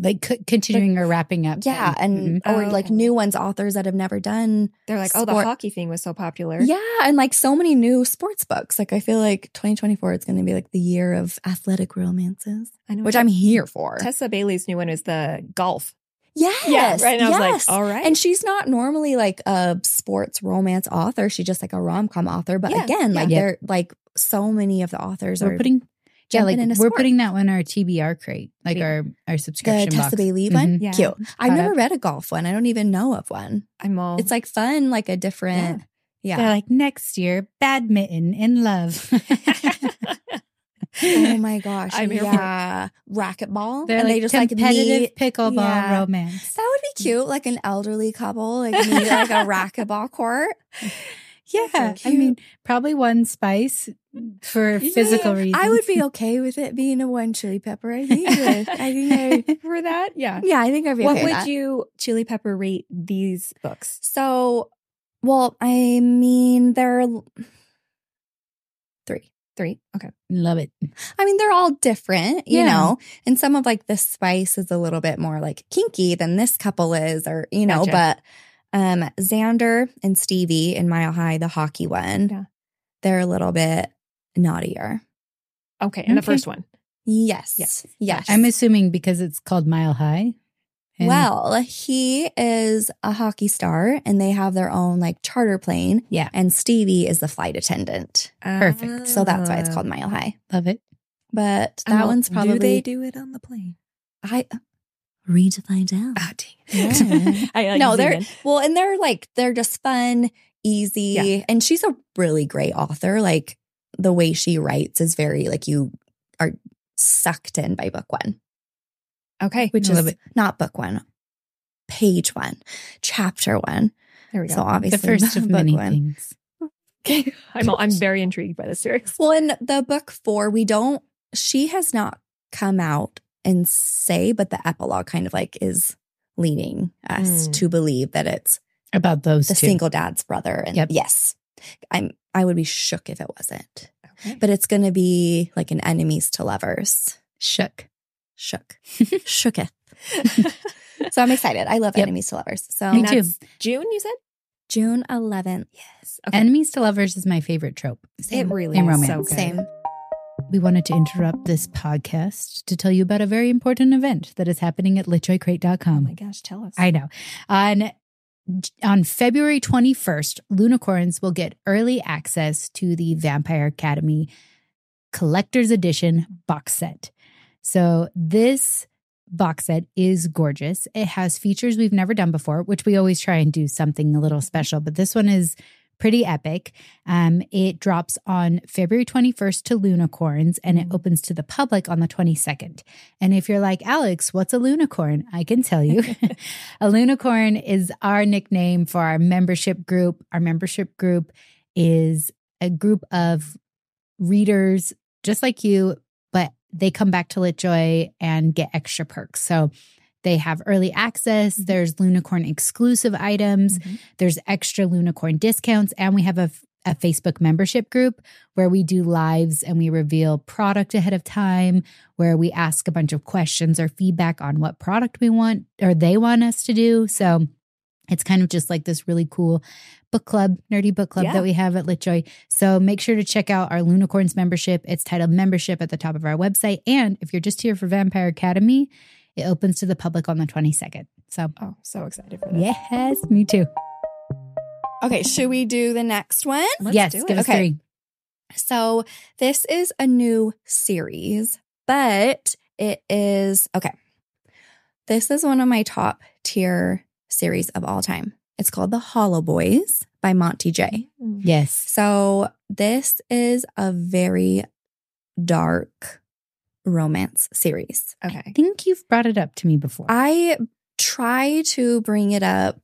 [SPEAKER 1] Like co- continuing or wrapping up. Mm-hmm.
[SPEAKER 3] yeah, and or
[SPEAKER 2] Oh,
[SPEAKER 3] like
[SPEAKER 2] okay.
[SPEAKER 3] new ones authors that have never done
[SPEAKER 2] They're like, oh, the
[SPEAKER 3] Sport.
[SPEAKER 2] hockey thing was so popular.
[SPEAKER 3] yeah, and like so many new sports books. Like I feel like 2024 is going to be like the year of athletic romances,
[SPEAKER 2] I know.
[SPEAKER 3] which I'm here for.
[SPEAKER 2] Tessa Bailey's new one is the golf.
[SPEAKER 3] Yes,
[SPEAKER 2] Yeah. Right. And I was
[SPEAKER 3] yes.
[SPEAKER 2] like, all right.
[SPEAKER 3] And she's not normally like a sports romance author. She's just like a rom com author. But
[SPEAKER 2] Yeah,
[SPEAKER 3] again, like
[SPEAKER 1] yeah.
[SPEAKER 3] they're like so many of the authors
[SPEAKER 1] we're
[SPEAKER 3] are
[SPEAKER 1] putting yeah,
[SPEAKER 3] jumping
[SPEAKER 1] like
[SPEAKER 3] in a
[SPEAKER 1] we're
[SPEAKER 3] sport.
[SPEAKER 1] putting that one in our TBR crate, like
[SPEAKER 2] Yeah.
[SPEAKER 1] our our
[SPEAKER 3] the
[SPEAKER 1] subscription box.
[SPEAKER 3] Tessa Bailey
[SPEAKER 1] Mhm.
[SPEAKER 3] one.
[SPEAKER 2] Yeah.
[SPEAKER 3] Cute. I've
[SPEAKER 1] Got
[SPEAKER 3] never
[SPEAKER 1] it.
[SPEAKER 3] read a golf one. I don't even know of one.
[SPEAKER 2] I'm all.
[SPEAKER 3] It's like fun, like a different. Yeah.
[SPEAKER 1] They're like next year, badminton in
[SPEAKER 3] (laughs)
[SPEAKER 1] love.
[SPEAKER 3] Oh
[SPEAKER 1] (laughs)
[SPEAKER 3] my gosh.
[SPEAKER 2] I'm here for it.
[SPEAKER 3] yeah. Racquetball.
[SPEAKER 1] They're
[SPEAKER 3] and
[SPEAKER 1] like
[SPEAKER 3] they just like
[SPEAKER 1] competitive Mm.
[SPEAKER 3] meet.
[SPEAKER 1] pickleball
[SPEAKER 3] yeah.
[SPEAKER 1] romance.
[SPEAKER 3] That would be cute. Like an elderly couple, like meet at,
[SPEAKER 1] (laughs)
[SPEAKER 3] like a racquetball court.
[SPEAKER 1] Yeah,
[SPEAKER 3] That's so
[SPEAKER 1] I mean, probably one spice for
[SPEAKER 2] Yeah.
[SPEAKER 1] physical reasons.
[SPEAKER 3] I would be okay with it being a one chili pepper.
[SPEAKER 2] (laughs)
[SPEAKER 3] I think. I, I think I.
[SPEAKER 2] for that. Yeah.
[SPEAKER 3] Yeah, I think I'd be
[SPEAKER 2] What
[SPEAKER 3] okay with
[SPEAKER 2] would
[SPEAKER 3] that.
[SPEAKER 2] you chili pepper rate these books?
[SPEAKER 3] So, well, I mean, they're three.
[SPEAKER 2] Three. Okay.
[SPEAKER 1] (laughs) love it.
[SPEAKER 3] I mean, they're all different, you
[SPEAKER 1] Yeah.
[SPEAKER 3] know. And some of like the spice is a little bit more like kinky than this couple is, or you know.
[SPEAKER 2] Gotcha.
[SPEAKER 3] But um Xander and Stevie in Mile High, the hockey one,
[SPEAKER 2] Yeah.
[SPEAKER 3] they're a little bit naughtier.
[SPEAKER 2] Okay. And the
[SPEAKER 1] Okay.
[SPEAKER 2] first one.
[SPEAKER 3] Yes,
[SPEAKER 2] Yes.
[SPEAKER 3] yes.
[SPEAKER 1] I'm assuming because it's called Mile High. and-
[SPEAKER 3] well, he is a hockey star, and they have their own like charter plane.
[SPEAKER 1] Yeah.
[SPEAKER 3] and Stevie is the flight attendant.
[SPEAKER 1] Perfect.
[SPEAKER 3] So that's why it's called Mile High.
[SPEAKER 1] love it.
[SPEAKER 3] But that one's probably
[SPEAKER 2] Uh. Um, Do they do it on the plane?
[SPEAKER 3] I uh, read to find out. (laughs)
[SPEAKER 2] Oh, dang.
[SPEAKER 3] Yeah.
[SPEAKER 2] I, like,
[SPEAKER 3] No,
[SPEAKER 2] zoom
[SPEAKER 3] they're-
[SPEAKER 2] in.
[SPEAKER 3] Well, and they're like they're just fun, easy,
[SPEAKER 2] Yeah.
[SPEAKER 3] and she's a really great author. Like the way she writes is very like you are sucked in by book one,
[SPEAKER 2] Okay.
[SPEAKER 3] which
[SPEAKER 1] I love
[SPEAKER 3] is
[SPEAKER 1] it.
[SPEAKER 3] not book one, page one, chapter one.
[SPEAKER 2] There we go.
[SPEAKER 3] So uh,
[SPEAKER 1] The
[SPEAKER 3] obviously (laughs)
[SPEAKER 1] first of
[SPEAKER 3] book
[SPEAKER 1] many
[SPEAKER 3] one.
[SPEAKER 1] things.
[SPEAKER 2] Okay. I'm,
[SPEAKER 3] (laughs)
[SPEAKER 2] I'm very intrigued by this series.
[SPEAKER 3] Well, in the book four, we don't. She has not come out and say, but the epilogue kind of like is leading us
[SPEAKER 1] Hmm.
[SPEAKER 2] Mm.
[SPEAKER 3] to believe that it's
[SPEAKER 1] About those
[SPEAKER 3] the
[SPEAKER 1] two.
[SPEAKER 3] single dad's brother. And
[SPEAKER 1] Yep.
[SPEAKER 3] yes, I'm. I would be shook if it wasn't.
[SPEAKER 2] Okay.
[SPEAKER 3] But it's going to be like an enemies to lovers.
[SPEAKER 1] Shook.
[SPEAKER 3] Shook, shooketh. So I'm excited. I love
[SPEAKER 1] Yep.
[SPEAKER 3] enemies to lovers. So
[SPEAKER 1] Me
[SPEAKER 2] (laughs)
[SPEAKER 3] (laughs)
[SPEAKER 2] And
[SPEAKER 1] too.
[SPEAKER 2] that's June, you said?
[SPEAKER 3] June 11th.
[SPEAKER 2] Yes. Okay.
[SPEAKER 1] Enemies to lovers is my favorite trope.
[SPEAKER 2] it really
[SPEAKER 1] in
[SPEAKER 2] is
[SPEAKER 1] romance.
[SPEAKER 2] so good.
[SPEAKER 3] Same.
[SPEAKER 1] We wanted to interrupt this podcast to tell you about a very important event that is happening at
[SPEAKER 2] Oh
[SPEAKER 1] litjoycrate.com.
[SPEAKER 2] my gosh, tell us.
[SPEAKER 1] I know. On on February 21st, Lunicorns will get early access to the Vampire Academy Collector's Edition box set. So this box set is gorgeous. It has features we've never done before, which we always try and do something a little special, but this one is pretty epic. Um, it drops on February 21st to Lunicorns and it
[SPEAKER 2] Mhm.
[SPEAKER 1] opens to the public on the 22nd. And if you're like, Alex, what's a lunicorn? I can tell you. (laughs) a lunicorn is our nickname for our membership group. Our membership group is a group of readers just like you, but they come back to LitJoy and get extra perks. So They have early access. There's Lunicorn exclusive items.
[SPEAKER 2] Mhm.
[SPEAKER 1] There's extra Lunicorn discounts. And we have a, f- a Facebook membership group where we do lives and we reveal product ahead of time, where we ask a bunch of questions or feedback on what product we want or they want us to do. So it's kind of just like this really cool book club, nerdy book club
[SPEAKER 2] Yeah.
[SPEAKER 1] that we have at LitJoy. So make sure to check out our Lunicorns membership. It's titled Membership at the top of our website. And if you're just here for Vampire Academy, it opens to the public on the 22nd. So,
[SPEAKER 2] Oh, so excited for this.
[SPEAKER 1] yes, me too.
[SPEAKER 3] Okay, should we do the next one?
[SPEAKER 2] Let's
[SPEAKER 1] yes,
[SPEAKER 2] do
[SPEAKER 1] give
[SPEAKER 2] it.
[SPEAKER 1] us
[SPEAKER 3] Okay.
[SPEAKER 1] three.
[SPEAKER 3] So, this is a new series, but it is okay. This is one of my top tier series of all time. It's called The Hollow Boys by Monty J.
[SPEAKER 2] Mm.
[SPEAKER 1] Yes.
[SPEAKER 3] So, this is a very dark romance series.
[SPEAKER 1] I
[SPEAKER 2] Okay.
[SPEAKER 1] think you've brought it up to me before.
[SPEAKER 3] I try to bring it up.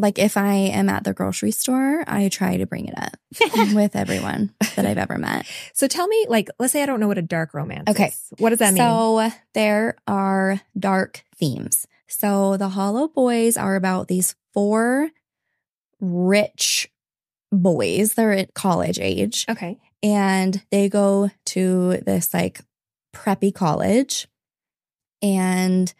[SPEAKER 3] Like, if I am at the grocery store, I try to bring it up
[SPEAKER 2] Mm. (laughs)
[SPEAKER 3] with everyone that I've ever met.
[SPEAKER 2] So tell me, like, let's say I don't know what a dark romance
[SPEAKER 3] Okay.
[SPEAKER 2] is. What does that mean?
[SPEAKER 3] So there are dark themes. So the Hollow Boys are about these four rich boys. They're at college age
[SPEAKER 2] Okay.
[SPEAKER 3] and they go to this like preppy college and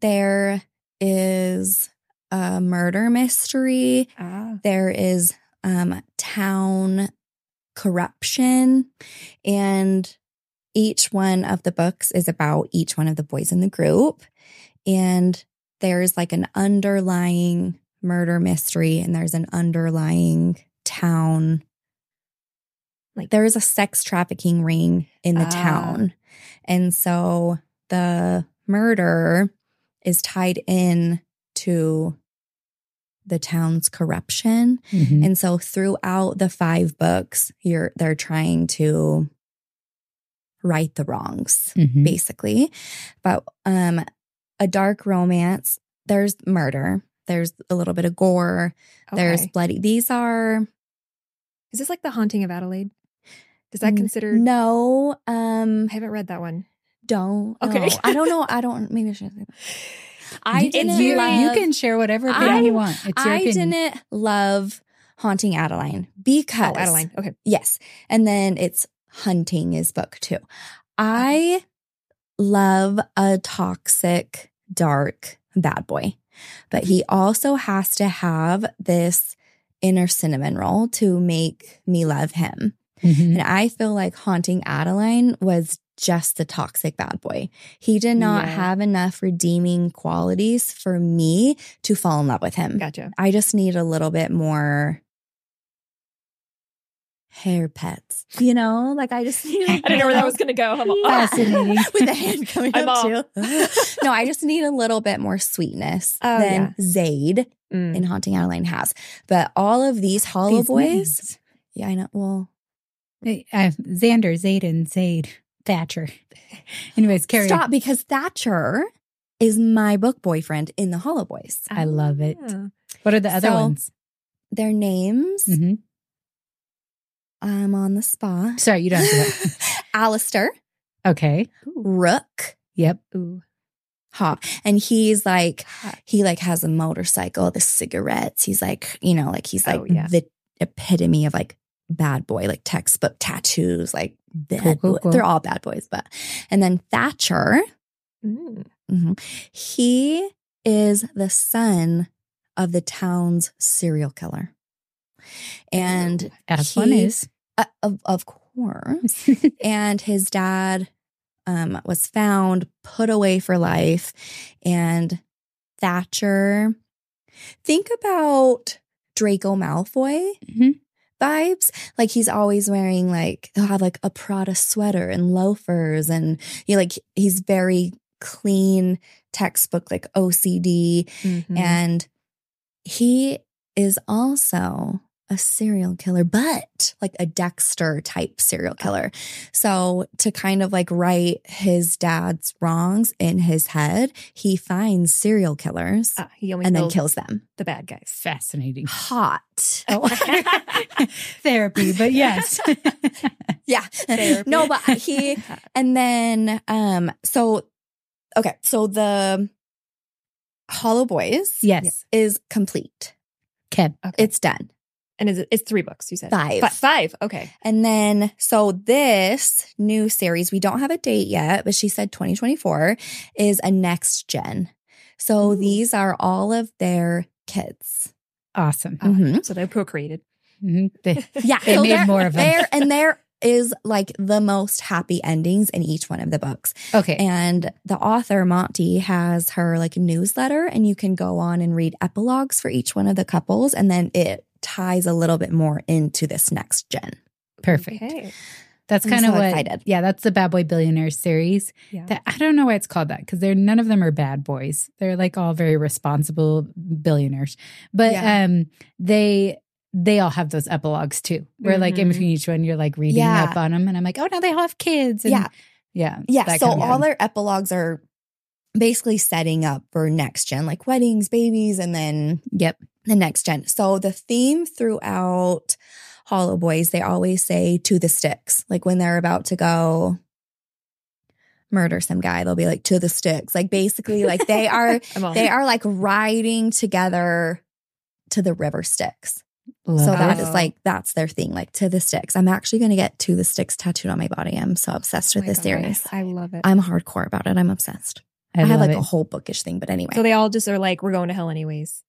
[SPEAKER 3] there is a murder mystery.
[SPEAKER 2] Ah.
[SPEAKER 3] There is um, town corruption and each one of the books is about each one of the boys in the group and there's like an underlying murder mystery and there's an underlying town like
[SPEAKER 2] Like-
[SPEAKER 3] there is a sex trafficking ring in the
[SPEAKER 2] Ah.
[SPEAKER 3] town and so the murderer is tied in to the town's corruption
[SPEAKER 1] Mhm.
[SPEAKER 3] and so throughout the five books, you're they're trying to right the wrongs,
[SPEAKER 1] Mhm.
[SPEAKER 3] basically. But um a dark romance, there's murder, there's a little bit of gore, there's
[SPEAKER 2] Okay.
[SPEAKER 3] bloody. These are
[SPEAKER 2] Is this like the haunting of Adelaide? Is that
[SPEAKER 3] N-
[SPEAKER 2] considered?
[SPEAKER 3] no, um
[SPEAKER 2] I haven't read that one.
[SPEAKER 3] don't
[SPEAKER 2] Okay.
[SPEAKER 3] okay. I don't know. I (laughs) don't maybe I should say that. I
[SPEAKER 1] you, can,
[SPEAKER 3] didn't
[SPEAKER 1] you,
[SPEAKER 3] love-
[SPEAKER 1] you can share whatever opinion
[SPEAKER 3] I-
[SPEAKER 1] you want. It's your
[SPEAKER 3] I
[SPEAKER 1] opinion.
[SPEAKER 3] didn't love Haunting Adeline because
[SPEAKER 2] Oh, Adeline. Okay.
[SPEAKER 3] Yes. And then it's Hunting is book two. I love a toxic, dark bad boy, but he also has to have this inner cinnamon roll to make me love him.
[SPEAKER 1] Mhm.
[SPEAKER 3] And I feel like Haunting Adeline was just the toxic bad boy. He did not
[SPEAKER 2] Yeah.
[SPEAKER 3] have enough redeeming qualities for me to fall in love with him.
[SPEAKER 2] Gotcha.
[SPEAKER 3] I just need a little bit more hair pets. You know, like I just (laughs) need.
[SPEAKER 2] I didn't know where that (laughs) was going to go. I'm all-
[SPEAKER 3] Yeah.
[SPEAKER 1] Fascinating.
[SPEAKER 3] With the hand coming
[SPEAKER 2] (laughs) I'm
[SPEAKER 3] up
[SPEAKER 2] all-
[SPEAKER 3] too. no, I just need a little bit more sweetness
[SPEAKER 2] Oh,
[SPEAKER 3] than Zaid
[SPEAKER 2] Mm.
[SPEAKER 3] in Haunting Adeline has. But all of these Hollow
[SPEAKER 1] These
[SPEAKER 3] Boys,
[SPEAKER 1] names.
[SPEAKER 3] yeah, I know. Well,
[SPEAKER 1] Uh, Xander, Zayden, Zayd, Thatcher. (laughs) Anyways, carry on.
[SPEAKER 3] stop because Thatcher is my book boyfriend in the Hollow Boys.
[SPEAKER 1] I love it.
[SPEAKER 2] Ah.
[SPEAKER 1] What are the other
[SPEAKER 3] So-
[SPEAKER 1] ones?
[SPEAKER 3] Their names,
[SPEAKER 2] Mm-hmm.
[SPEAKER 1] hmm
[SPEAKER 3] I'm on the spot.
[SPEAKER 1] Sorry, you don't have to.
[SPEAKER 3] (laughs) Alistair, (laughs)
[SPEAKER 1] okay.
[SPEAKER 3] Rook,
[SPEAKER 1] Yep.
[SPEAKER 2] Ooh.
[SPEAKER 3] hot and he's like
[SPEAKER 2] Hot.
[SPEAKER 3] he like has a motorcycle the cigarettes he's like you know like he's like
[SPEAKER 2] Oh, yeah.
[SPEAKER 3] the epitome of like bad boy like textbook tattoos like bad
[SPEAKER 1] Cool, cool,
[SPEAKER 3] boy.
[SPEAKER 1] cool.
[SPEAKER 3] they're all bad boys but and then thatcher
[SPEAKER 2] Mm.
[SPEAKER 3] mhm, he is the son of the town's serial killer and
[SPEAKER 1] As one
[SPEAKER 3] he-
[SPEAKER 1] is. (laughs)
[SPEAKER 3] uh, of, of course and his dad um, was found put away for life and thatcher think about draco malfoy
[SPEAKER 1] Mhm.
[SPEAKER 3] vibes like he's always wearing like he'll have like a prada sweater and loafers and you know, like he's very clean textbook like ocd
[SPEAKER 2] Mhm.
[SPEAKER 3] and he is also a serial killer, but like a Dexter type serial killer. So, to kind of like right his dad's wrongs in his head, he finds serial killers
[SPEAKER 2] Ah, he only
[SPEAKER 3] and then
[SPEAKER 2] kills
[SPEAKER 3] kills them.
[SPEAKER 2] the bad guys.
[SPEAKER 1] Fascinating.
[SPEAKER 3] Hot.
[SPEAKER 1] Oh. (laughs) Therapy, but yes.
[SPEAKER 3] (laughs) Yeah.
[SPEAKER 1] (laughs)
[SPEAKER 2] Therapy.
[SPEAKER 3] No, but he, and then, um, so Okay. So the Hollow Boys
[SPEAKER 1] Yes.
[SPEAKER 3] is complete.
[SPEAKER 1] Okay.
[SPEAKER 3] It's done.
[SPEAKER 2] And is it, it's three books, you said?
[SPEAKER 3] Five.
[SPEAKER 2] Fi- five. Okay.
[SPEAKER 3] And then, so this new series, we don't have a date yet, but she said 2024 is a next gen. So
[SPEAKER 2] Ooh.
[SPEAKER 3] these are all of their kids.
[SPEAKER 1] Awesome.
[SPEAKER 3] Mhm.
[SPEAKER 2] So they procreated.
[SPEAKER 1] Mhm. They-
[SPEAKER 2] (laughs)
[SPEAKER 3] Yeah.
[SPEAKER 1] They
[SPEAKER 3] so
[SPEAKER 1] made
[SPEAKER 3] there-
[SPEAKER 1] more of them.
[SPEAKER 3] There, and there is like the most happy endings in each one of the books.
[SPEAKER 1] okay.
[SPEAKER 3] And the author, Monty, has her like newsletter, and you can go on and read epilogues for each one of the couples. And then it ties a little bit more into this next gen.
[SPEAKER 1] Perfect.
[SPEAKER 2] Okay.
[SPEAKER 1] That's
[SPEAKER 3] I'm
[SPEAKER 1] kind
[SPEAKER 3] so
[SPEAKER 1] of what.
[SPEAKER 3] excited.
[SPEAKER 1] Yeah, that's the Bad Boy Billionaire series.
[SPEAKER 2] Yeah.
[SPEAKER 1] That I don't know why it's called that because they're none of them are bad boys. They're like all very responsible billionaires, but
[SPEAKER 3] Yeah.
[SPEAKER 1] um, they they all have those epilogues too, where like in
[SPEAKER 2] Mhm.
[SPEAKER 1] between each one you're like reading
[SPEAKER 3] Mm-hmm. Yeah.
[SPEAKER 1] up on them, and I'm like, oh, now they all have kids. And
[SPEAKER 3] Yeah.
[SPEAKER 1] yeah,
[SPEAKER 3] Yeah.
[SPEAKER 1] that
[SPEAKER 3] So
[SPEAKER 1] kind of
[SPEAKER 3] all
[SPEAKER 1] thing.
[SPEAKER 3] their epilogues are basically setting up for next gen, like weddings, babies, and then
[SPEAKER 1] yep,
[SPEAKER 3] the next gen. So the theme throughout Hollow Boys, they always say to the sticks. Like when they're about to go murder some guy, they'll be like to the sticks. Like basically,
[SPEAKER 2] (laughs)
[SPEAKER 3] like they are
[SPEAKER 2] I'm all-
[SPEAKER 3] they are like riding together to the river sticks.
[SPEAKER 1] Love
[SPEAKER 3] So
[SPEAKER 1] it.
[SPEAKER 3] that is
[SPEAKER 2] Wow.
[SPEAKER 3] like that's their thing, like to the sticks. I'm actually gonna get to the sticks tattooed on my body. I'm so obsessed
[SPEAKER 2] Oh
[SPEAKER 3] with
[SPEAKER 2] my
[SPEAKER 3] this
[SPEAKER 2] gosh,
[SPEAKER 3] series.
[SPEAKER 2] I love it.
[SPEAKER 3] I'm hardcore about it. I'm obsessed. I,
[SPEAKER 1] love
[SPEAKER 3] have like
[SPEAKER 1] it.
[SPEAKER 3] a whole bookish thing, but anyway.
[SPEAKER 2] so they all just are like, we're going to hell anyways.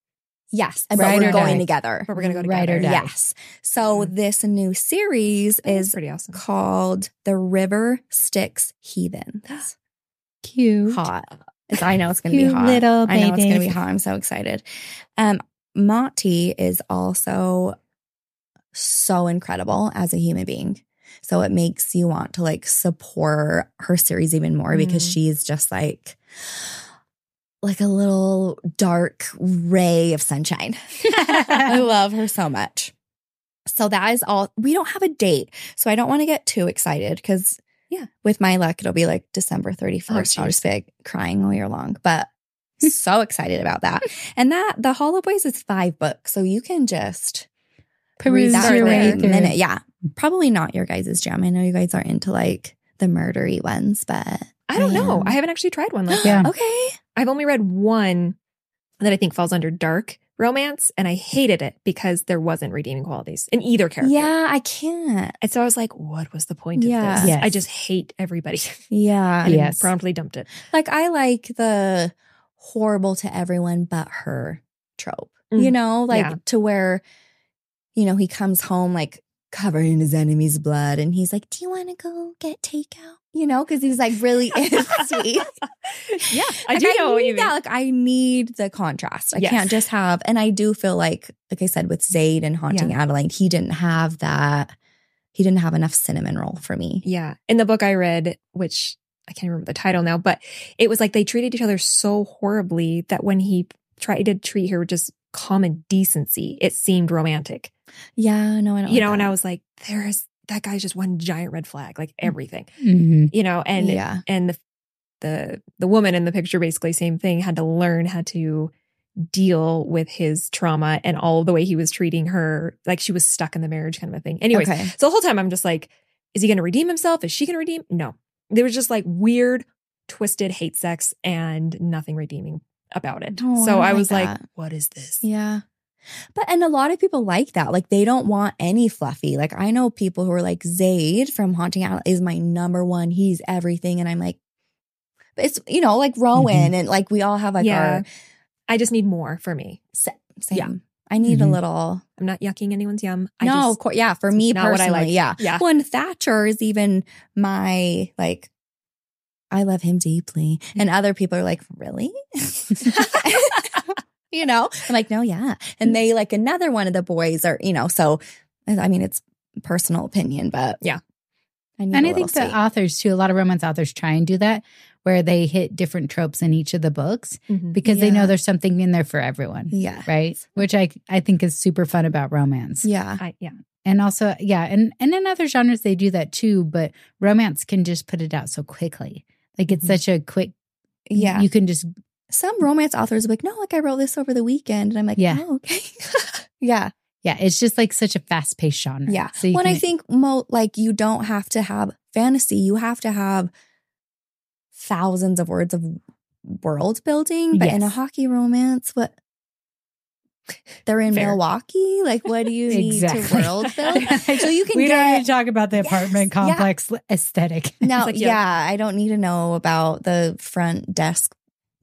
[SPEAKER 3] yes, and
[SPEAKER 1] Ride
[SPEAKER 3] but
[SPEAKER 1] or
[SPEAKER 3] we're
[SPEAKER 1] die.
[SPEAKER 3] going together.
[SPEAKER 2] But we're going to go together.
[SPEAKER 1] Ride or die.
[SPEAKER 3] Yes. So
[SPEAKER 2] Mhm.
[SPEAKER 3] this new series
[SPEAKER 2] That
[SPEAKER 3] is
[SPEAKER 2] pretty awesome.
[SPEAKER 3] called The River Styx Heathens.
[SPEAKER 1] cute.
[SPEAKER 3] Hot. It's- I know it's going to be
[SPEAKER 1] Cute
[SPEAKER 3] hot.
[SPEAKER 1] little
[SPEAKER 3] I know it's going to be
[SPEAKER 1] babies.
[SPEAKER 3] hot. I'm so excited. Um, Monty is also so incredible as a human being. So it makes you want to like support her series even more because
[SPEAKER 2] Mm.
[SPEAKER 3] she's just like like a little dark ray of sunshine. (laughs) I love her so much. So that is all. We don't have a date, so I don't want to get too excited because
[SPEAKER 2] Yeah.
[SPEAKER 3] with my luck, it'll be like December thirty first.
[SPEAKER 2] Oh,
[SPEAKER 3] I'll just be like crying all year long, but so excited about that. And that the Hollow Boys is five books, so you can just read
[SPEAKER 1] Peruse
[SPEAKER 3] that
[SPEAKER 1] your
[SPEAKER 3] for
[SPEAKER 1] way
[SPEAKER 3] a
[SPEAKER 1] through.
[SPEAKER 3] minute. Yeah, probably not your guys' jam. I know you guys are into like the murdery ones, but
[SPEAKER 2] I don't know.
[SPEAKER 3] am.
[SPEAKER 2] I haven't actually tried one like
[SPEAKER 1] Yeah.
[SPEAKER 3] (laughs)
[SPEAKER 2] that.
[SPEAKER 3] okay,
[SPEAKER 2] I've only read one that I think falls under dark romance, and I hated it because there wasn't redeeming qualities in either character.
[SPEAKER 3] yeah, I can't.
[SPEAKER 2] And so I was like, what was the point
[SPEAKER 3] Yeah.
[SPEAKER 2] of this?
[SPEAKER 1] Yes.
[SPEAKER 2] I just hate everybody. (laughs)
[SPEAKER 3] Yeah,
[SPEAKER 2] and
[SPEAKER 1] Yes.
[SPEAKER 2] promptly dumped
[SPEAKER 3] (laughs)
[SPEAKER 2] it.
[SPEAKER 3] Like I like the horrible to everyone but her trope.
[SPEAKER 2] Mm.
[SPEAKER 3] You know, like
[SPEAKER 2] Yeah.
[SPEAKER 3] to where, you know, he comes home like covered in his enemy's blood and he's like, Do you wanna go get takeout? You know, because he's like
[SPEAKER 2] (laughs)
[SPEAKER 3] really is (laughs) sweet.
[SPEAKER 2] Yeah. I
[SPEAKER 3] Like,
[SPEAKER 2] do know what you
[SPEAKER 3] need that.
[SPEAKER 2] mean.
[SPEAKER 3] Like I need the contrast. I
[SPEAKER 2] Yes.
[SPEAKER 3] can't just have and I do feel like, like I said, with Zayd and Haunting Adeline, he didn't have that he didn't have enough cinnamon roll for me.
[SPEAKER 2] Yeah. In the book I read, which I can't remember the title now, but it was like they treated each other so horribly that when he tried to treat her with just common decency, it seemed romantic.
[SPEAKER 3] Yeah, no, I don't
[SPEAKER 2] You know,
[SPEAKER 3] like
[SPEAKER 2] and
[SPEAKER 3] that. Mm.
[SPEAKER 2] I was like, there is that guy's just one giant red flag, like everything.
[SPEAKER 1] Mhm.
[SPEAKER 2] You know, and
[SPEAKER 3] yeah.
[SPEAKER 2] and the the the woman in the picture basically same thing had to learn how to deal with his trauma and all the way he was treating her like she was stuck in the marriage kind of a thing anyways
[SPEAKER 3] okay.
[SPEAKER 2] so the whole time i'm just like is he going to redeem himself is she going to redeem no there was just like weird twisted hate sex and nothing redeeming about it
[SPEAKER 3] No, Oh, I
[SPEAKER 2] so
[SPEAKER 3] don't
[SPEAKER 2] i
[SPEAKER 3] like
[SPEAKER 2] was like
[SPEAKER 3] that.
[SPEAKER 2] what is this
[SPEAKER 3] Yeah. But and a lot of people like that. Like they don't want any fluffy. Like I know people who are like Zayd from Haunting Island is my number one. He's everything. And I'm like, but it's you know, like Rowan and like we all have like
[SPEAKER 2] Mm-hmm. yeah
[SPEAKER 3] our
[SPEAKER 2] i just need more for me
[SPEAKER 3] same.
[SPEAKER 2] Yeah.
[SPEAKER 3] I need
[SPEAKER 1] Mhm.
[SPEAKER 3] a little
[SPEAKER 2] i'm not yucking anyone's yum
[SPEAKER 3] no,
[SPEAKER 2] i
[SPEAKER 3] of
[SPEAKER 2] just
[SPEAKER 3] course. Yeah, for
[SPEAKER 2] it's
[SPEAKER 3] me
[SPEAKER 2] not what I
[SPEAKER 3] personally,
[SPEAKER 2] like.
[SPEAKER 3] yeah. (laughs)
[SPEAKER 2] yeah
[SPEAKER 3] Well, and Thatcher is even my like. I love him deeply,
[SPEAKER 2] Mm.
[SPEAKER 3] and other people are like,
[SPEAKER 2] (laughs)
[SPEAKER 3] "Really?" (laughs) you know, I'm like, "No, yeah," and they like another one of the boys are, you know, so I mean, it's personal opinion, but
[SPEAKER 2] Yeah.
[SPEAKER 3] I need
[SPEAKER 1] And
[SPEAKER 3] a
[SPEAKER 1] I think
[SPEAKER 3] little
[SPEAKER 1] the
[SPEAKER 3] sweet.
[SPEAKER 1] authors too. A lot of romance authors try and do that, where they hit different tropes in each of the books
[SPEAKER 2] Mhm.
[SPEAKER 1] because they
[SPEAKER 3] Yeah.
[SPEAKER 1] know there's something in there for everyone.
[SPEAKER 3] yeah,
[SPEAKER 1] right which i i think is super fun about romance
[SPEAKER 3] yeah,
[SPEAKER 2] I, yeah
[SPEAKER 1] and also yeah and and in other genres they do that too but romance can just put it out so quickly like it's
[SPEAKER 2] Mhm.
[SPEAKER 1] such a quick
[SPEAKER 3] Mm-hmm. yeah.
[SPEAKER 1] you can just
[SPEAKER 3] Some romance authors are like, "No, like I wrote this over the weekend," and I'm like,
[SPEAKER 1] Yeah.
[SPEAKER 3] "Oh, okay." (laughs) yeah,
[SPEAKER 1] yeah it's just like such a fast-paced genre
[SPEAKER 3] Yeah.
[SPEAKER 1] so you
[SPEAKER 3] when
[SPEAKER 1] can,
[SPEAKER 3] I think mo like you don't have to have fantasy, you have to have thousands of words of world building, but in a
[SPEAKER 2] Yes.
[SPEAKER 3] hockey romance, what they're in
[SPEAKER 2] Fair.
[SPEAKER 3] Milwaukee. Like, what do you need to
[SPEAKER 1] Exactly.
[SPEAKER 3] world
[SPEAKER 1] (laughs)
[SPEAKER 3] build? So you can
[SPEAKER 1] we don't
[SPEAKER 3] get-
[SPEAKER 1] need to talk about the
[SPEAKER 3] Yes,
[SPEAKER 1] apartment
[SPEAKER 3] yeah.
[SPEAKER 1] complex l- aesthetic.
[SPEAKER 3] (laughs) No,
[SPEAKER 2] like, yeah.
[SPEAKER 3] yeah, I don't need to know about the front desk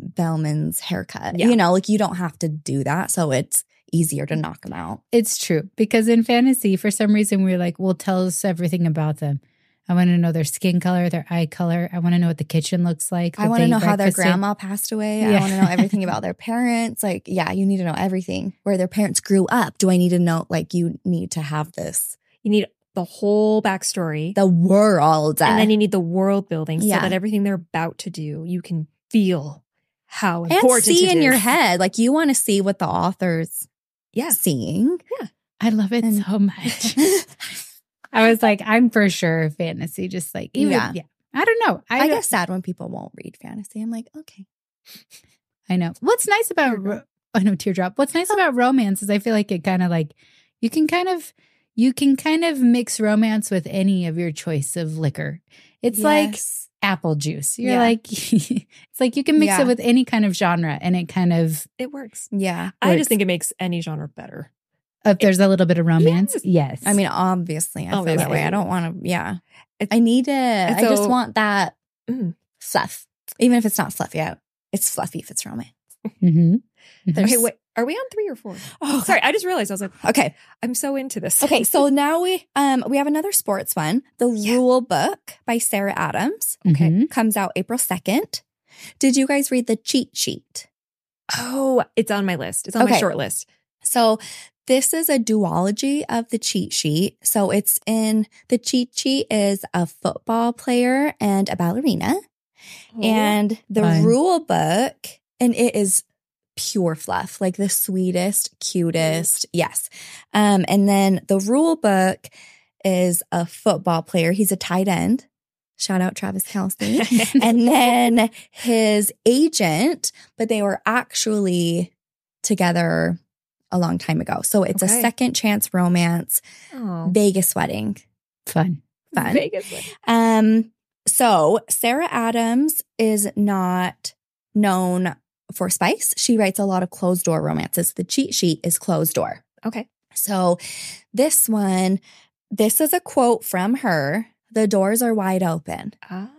[SPEAKER 3] bellman's haircut.
[SPEAKER 2] Yeah.
[SPEAKER 3] You know, like you don't have to do that, so it's easier to knock them out.
[SPEAKER 1] It's true because in fantasy, for some reason, we're like, well, tell us everything about them. I want to know their skin color, their eye color. I want to know what the kitchen looks like.
[SPEAKER 3] I
[SPEAKER 1] that
[SPEAKER 3] want to
[SPEAKER 1] they
[SPEAKER 3] know how their
[SPEAKER 1] breakfast in.
[SPEAKER 3] grandma passed away.
[SPEAKER 1] Yeah.
[SPEAKER 3] I want to know (laughs) everything about their parents. Like, yeah, you need to know everything. Where their parents grew up. Do I need to know? Like, you need to have this
[SPEAKER 2] You need the whole backstory.
[SPEAKER 3] the world.
[SPEAKER 2] and then you need the world building
[SPEAKER 3] Yeah.
[SPEAKER 2] so that everything they're about to do, you can feel how
[SPEAKER 3] and
[SPEAKER 2] important
[SPEAKER 3] see
[SPEAKER 2] it
[SPEAKER 3] in
[SPEAKER 2] is.
[SPEAKER 3] your head. Like, you want to see what the author's
[SPEAKER 2] Yeah.
[SPEAKER 3] (laughs) seeing.
[SPEAKER 1] I love it
[SPEAKER 3] And- (laughs)
[SPEAKER 1] so much. I was like, I'm for sure fantasy, just like, even, yeah.
[SPEAKER 3] Yeah.
[SPEAKER 1] I don't know. I,
[SPEAKER 3] I
[SPEAKER 1] don't-
[SPEAKER 3] get sad when people won't read fantasy. I'm like, okay,
[SPEAKER 1] I know. What's nice about ro- (laughs) I know teardrop. What's nice about romance is I feel like it kind of like you can kind of you can kind of mix romance with any of your choice of liquor. It's like
[SPEAKER 3] Yes.
[SPEAKER 1] apple juice. You're
[SPEAKER 3] Yeah.
[SPEAKER 1] like (laughs) it's like you can mix
[SPEAKER 3] Yeah.
[SPEAKER 1] it with any kind of genre and it kind of
[SPEAKER 2] It works.
[SPEAKER 3] yeah.
[SPEAKER 2] I
[SPEAKER 1] Works.
[SPEAKER 2] just think it makes any genre better.
[SPEAKER 1] if there's a little bit of romance. Yes.
[SPEAKER 3] I mean, obviously, I feel that
[SPEAKER 2] Obviously.
[SPEAKER 3] way. I don't want to. Yeah,
[SPEAKER 2] It's-
[SPEAKER 3] I need it. I just
[SPEAKER 2] so-
[SPEAKER 3] want that
[SPEAKER 2] Mm.
[SPEAKER 3] fluff, even if it's not fluffy. I, it's fluffy if it's romance.
[SPEAKER 1] Mhm.
[SPEAKER 2] Okay, wait, are we on three or four?
[SPEAKER 3] Oh,
[SPEAKER 2] (laughs) Sorry, I just realized I was like,
[SPEAKER 3] Okay.
[SPEAKER 2] I'm so into this.
[SPEAKER 3] Okay, so now we um we have another sports one. The
[SPEAKER 2] Yeah. Mm-hmm.
[SPEAKER 3] Rule Book by Sarah Adams
[SPEAKER 2] okay.
[SPEAKER 1] Mhm.
[SPEAKER 3] comes out April 2nd. Did you guys read the cheat sheet?
[SPEAKER 2] (laughs) Oh, it's on my list. It's on my
[SPEAKER 3] Okay.
[SPEAKER 2] short list.
[SPEAKER 3] So this is a duology of the cheat sheet. So it's in the cheat sheet is a football player and a ballerina.
[SPEAKER 2] Oh,
[SPEAKER 3] Oh. (laughs) And the
[SPEAKER 1] Fun.
[SPEAKER 3] rule book, and it is pure fluff, like the sweetest, cutest. Yes. Um, and then the rule book is a football player. He's a tight end. Shout out Travis Kelsey.
[SPEAKER 2] (laughs)
[SPEAKER 3] and then his agent, but they were actually together a long time ago. So it's a
[SPEAKER 2] Okay.
[SPEAKER 3] second chance romance,
[SPEAKER 2] oh,
[SPEAKER 3] Vegas wedding.
[SPEAKER 1] Fun.
[SPEAKER 3] Fun.
[SPEAKER 2] Vegas. one.
[SPEAKER 3] Um, so Sarah Adams is not known for spice. She writes a lot of closed door romances. The cheat sheet is closed door.
[SPEAKER 2] Okay.
[SPEAKER 3] So this one, this is a quote from her. The doors are wide open.
[SPEAKER 2] Ah.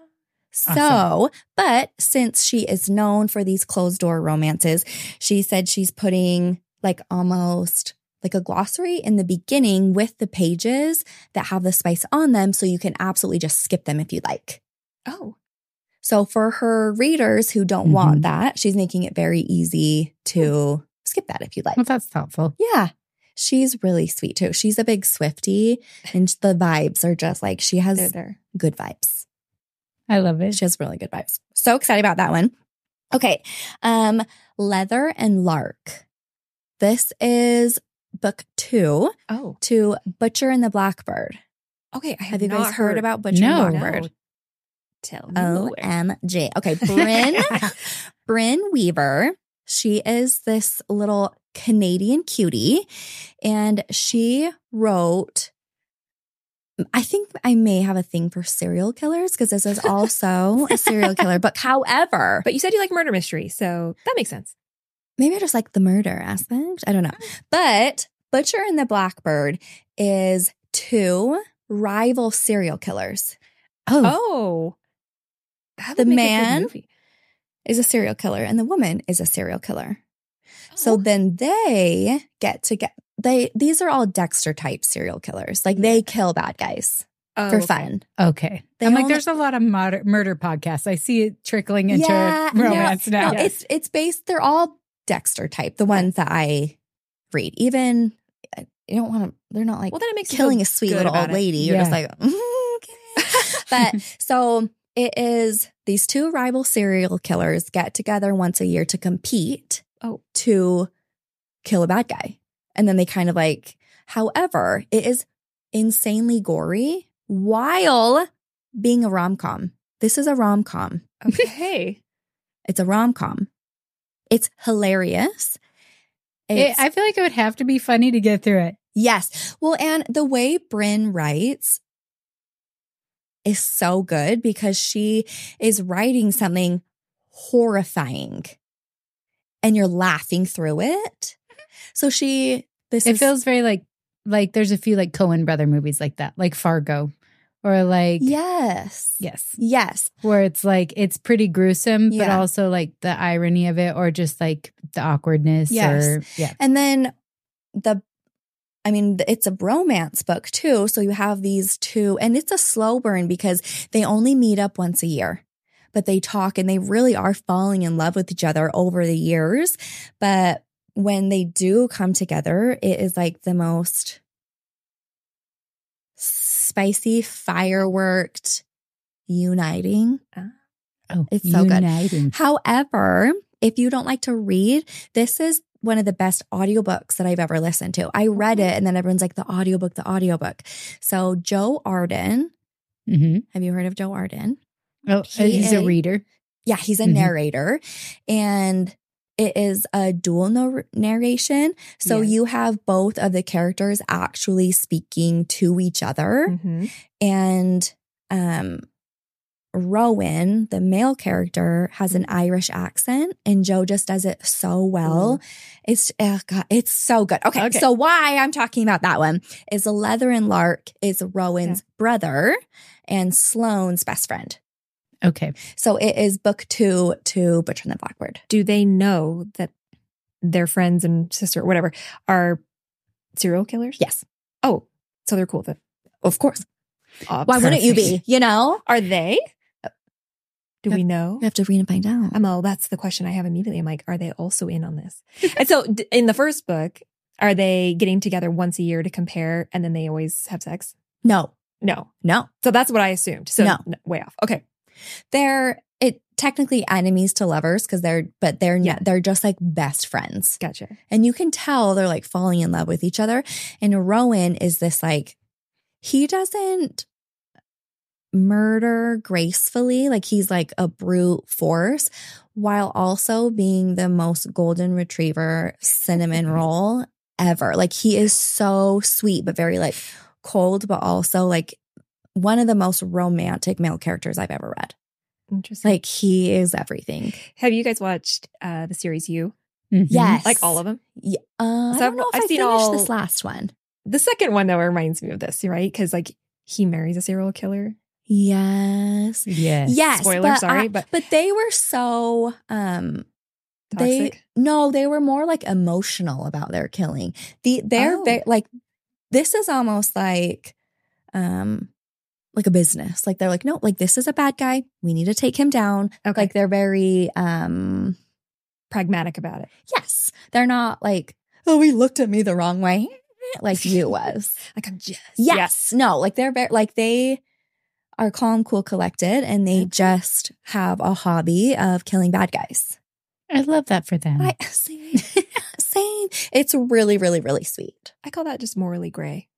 [SPEAKER 3] So,
[SPEAKER 1] Awesome.
[SPEAKER 3] but since she is known for these closed door romances, she said she's putting like almost like a glossary in the beginning with the pages that have the spice on them. So you can absolutely just skip them if you like.
[SPEAKER 2] Oh.
[SPEAKER 3] So for her readers who don't
[SPEAKER 1] Mhm.
[SPEAKER 3] want that, she's making it very easy to skip that if you like.
[SPEAKER 1] Well, that's thoughtful.
[SPEAKER 3] Yeah. She's really sweet too. She's a big Swifty and the vibes are just like she
[SPEAKER 2] They're
[SPEAKER 3] has
[SPEAKER 2] there.
[SPEAKER 3] good vibes.
[SPEAKER 1] I love it.
[SPEAKER 3] She has really good vibes. So excited about that one. Okay. Um, Leather and Lark. This is book two
[SPEAKER 2] Oh.
[SPEAKER 3] to Butcher and the Blackbird.
[SPEAKER 2] Okay. I have,
[SPEAKER 3] Have you
[SPEAKER 2] not
[SPEAKER 3] guys heard, about Oh, Butcher
[SPEAKER 1] No.
[SPEAKER 2] No.
[SPEAKER 3] and the Blackbird?
[SPEAKER 2] Tell
[SPEAKER 3] O
[SPEAKER 2] me.
[SPEAKER 3] M J. Okay, Bryn Bryn Weaver. She is this little Canadian cutie, and she wrote. I think I may have a thing for serial killers because this is also a serial killer book. However,
[SPEAKER 2] (laughs) But you said you like murder mystery, so that makes sense.
[SPEAKER 3] maybe I just like the murder aspect. I don't know. But Butcher and the Blackbird is two rival serial killers.
[SPEAKER 1] oh,
[SPEAKER 2] Oh. That
[SPEAKER 3] The
[SPEAKER 2] would make a good
[SPEAKER 3] man-
[SPEAKER 2] movie.
[SPEAKER 3] Is a serial killer and the woman is a serial killer.
[SPEAKER 2] Oh.
[SPEAKER 3] So then they get to get they these are all Dexter type serial killers. Like they kill bad guys
[SPEAKER 2] Oh,
[SPEAKER 3] for
[SPEAKER 2] okay.
[SPEAKER 3] fun.
[SPEAKER 1] okay.
[SPEAKER 3] They
[SPEAKER 1] I'm like,
[SPEAKER 3] only-
[SPEAKER 1] there's a lot of moder- murder podcasts. I see it trickling into
[SPEAKER 3] Yeah, no,
[SPEAKER 1] romance now.
[SPEAKER 3] No, it's it's based they're all Dexter type, the ones that I read. Even you don't want to they're not like
[SPEAKER 2] Well, then it makes you feel
[SPEAKER 3] killing a sweet
[SPEAKER 2] good
[SPEAKER 3] little
[SPEAKER 2] about
[SPEAKER 3] old
[SPEAKER 2] it.
[SPEAKER 3] lady. You're just
[SPEAKER 1] Yeah.
[SPEAKER 2] (laughs)
[SPEAKER 3] like, (laughs) "Mm, okay. but so it is these two rival serial killers get together once a year to compete
[SPEAKER 2] Oh.
[SPEAKER 3] to kill a bad guy. And then they kind of like, however, it is insanely gory while being a rom com. This is a rom com.
[SPEAKER 2] (laughs) Okay.
[SPEAKER 3] It's a rom com. It's hilarious.
[SPEAKER 1] It,
[SPEAKER 3] It's-
[SPEAKER 1] I feel like it would have to be funny to get through it.
[SPEAKER 3] Yes. Well, and the way Bryn writes is so good because she is writing something horrifying and you're laughing through it. So she, this
[SPEAKER 1] Mm-hmm. It
[SPEAKER 3] is-
[SPEAKER 1] feels very like like there's a few like Cohen brother movies like that, like Fargo, or like
[SPEAKER 3] yes.
[SPEAKER 1] yes,
[SPEAKER 3] Yes.
[SPEAKER 1] where it's like it's pretty gruesome, but
[SPEAKER 3] Yeah.
[SPEAKER 1] also like the irony of it, or just like the awkwardness.
[SPEAKER 3] Yes.
[SPEAKER 1] or yeah,
[SPEAKER 3] And then the, I mean, it's a bromance book too. So you have these two, and it's a slow burn because they only meet up once a year, but they talk and they really are falling in love with each other over the years. But when they do come together, it is like the most spicy, fireworked, uniting.
[SPEAKER 1] oh,
[SPEAKER 3] It's so good.
[SPEAKER 1] uniting.
[SPEAKER 3] However, if you don't like to read, this is one of the best audiobooks that I've ever listened to. I read it and then everyone's like, the audiobook, the audiobook. So, Joe Arden,
[SPEAKER 1] hmm
[SPEAKER 3] have you heard of Joe Arden?
[SPEAKER 1] Oh,
[SPEAKER 3] He
[SPEAKER 1] he's a
[SPEAKER 3] is-
[SPEAKER 1] reader.
[SPEAKER 3] Yeah, he's a
[SPEAKER 1] Mhm.
[SPEAKER 3] narrator and it is a dual nar- narration. So,
[SPEAKER 1] Yes.
[SPEAKER 3] you have both of the characters actually speaking to each other.
[SPEAKER 2] Mhm.
[SPEAKER 3] and um Rowan, the male character, has an Irish accent, and Joe just does it so well. It's oh God, it's so good. Okay,
[SPEAKER 1] Okay.
[SPEAKER 3] so why I'm talking about that one is Leather and Lark is Rowan's brother and Sloane's best friend.
[SPEAKER 1] Okay,
[SPEAKER 3] So it is book two to Butcher and the Blackbird.
[SPEAKER 2] Do they know that their friends and sister, whatever, are serial killers?
[SPEAKER 3] Yes,
[SPEAKER 2] Oh, so they're cool. Then.
[SPEAKER 3] of course. Why
[SPEAKER 2] Obviously.
[SPEAKER 3] wouldn't you be? You know,
[SPEAKER 2] Are they? Do we know?
[SPEAKER 3] we have to read and find out.
[SPEAKER 2] I'm all, that's the question I have immediately. I'm like, are they also in on
[SPEAKER 3] (laughs)
[SPEAKER 2] this? and so d- in the first book, are they getting together once a year to compare and then they always have sex?
[SPEAKER 3] No,
[SPEAKER 2] No.
[SPEAKER 3] no,
[SPEAKER 2] So that's what I assumed. So
[SPEAKER 3] No.
[SPEAKER 2] way off. Okay.
[SPEAKER 3] they're it technically enemies to lovers because they're but they're
[SPEAKER 2] Yeah.
[SPEAKER 3] not they're just like best friends
[SPEAKER 2] Gotcha.
[SPEAKER 3] and you can tell they're like falling in love with each other and rowan is this like he doesn't murder gracefully like he's like a brute force while also being the most golden retriever cinnamon roll ever like he is so sweet but very like cold but also like one of the most romantic male characters i've ever read
[SPEAKER 2] Interesting.
[SPEAKER 3] like he is everything.
[SPEAKER 2] have you guys watched uh the series You?
[SPEAKER 1] Mhm.
[SPEAKER 3] Yes.
[SPEAKER 2] Like all of them?
[SPEAKER 3] Yeah. Uh, I
[SPEAKER 2] So
[SPEAKER 3] don't
[SPEAKER 2] I've-
[SPEAKER 3] know if i
[SPEAKER 2] I've seen
[SPEAKER 3] finished
[SPEAKER 2] all-
[SPEAKER 3] this last one.
[SPEAKER 2] The second one though reminds me of this, right? Because like he marries a serial killer.
[SPEAKER 3] Yes.
[SPEAKER 1] Yes.
[SPEAKER 3] Yes.
[SPEAKER 2] Spoiler,
[SPEAKER 3] but
[SPEAKER 2] sorry,
[SPEAKER 3] I-
[SPEAKER 2] but-
[SPEAKER 3] but they were so um
[SPEAKER 2] Toxic.
[SPEAKER 3] they no, they were more like emotional about their killing. The they're
[SPEAKER 2] Oh.
[SPEAKER 3] ve- like this is almost like um like a business. Like they're like, no, like this is a bad guy. We need to take him down.
[SPEAKER 2] okay.
[SPEAKER 3] Like they're very um
[SPEAKER 2] pragmatic about it.
[SPEAKER 3] Yes. They're not like, oh, he looked at me the wrong way, like you was.
[SPEAKER 2] Like I'm just
[SPEAKER 3] yes.
[SPEAKER 2] Yeah.
[SPEAKER 3] No, like they're very, like they are calm, cool, collected, and they
[SPEAKER 2] Okay.
[SPEAKER 3] just have a hobby of killing bad guys.
[SPEAKER 1] I love that for them.
[SPEAKER 3] I, (laughs) same. same. It's really, really, really sweet.
[SPEAKER 2] I call that just morally gray.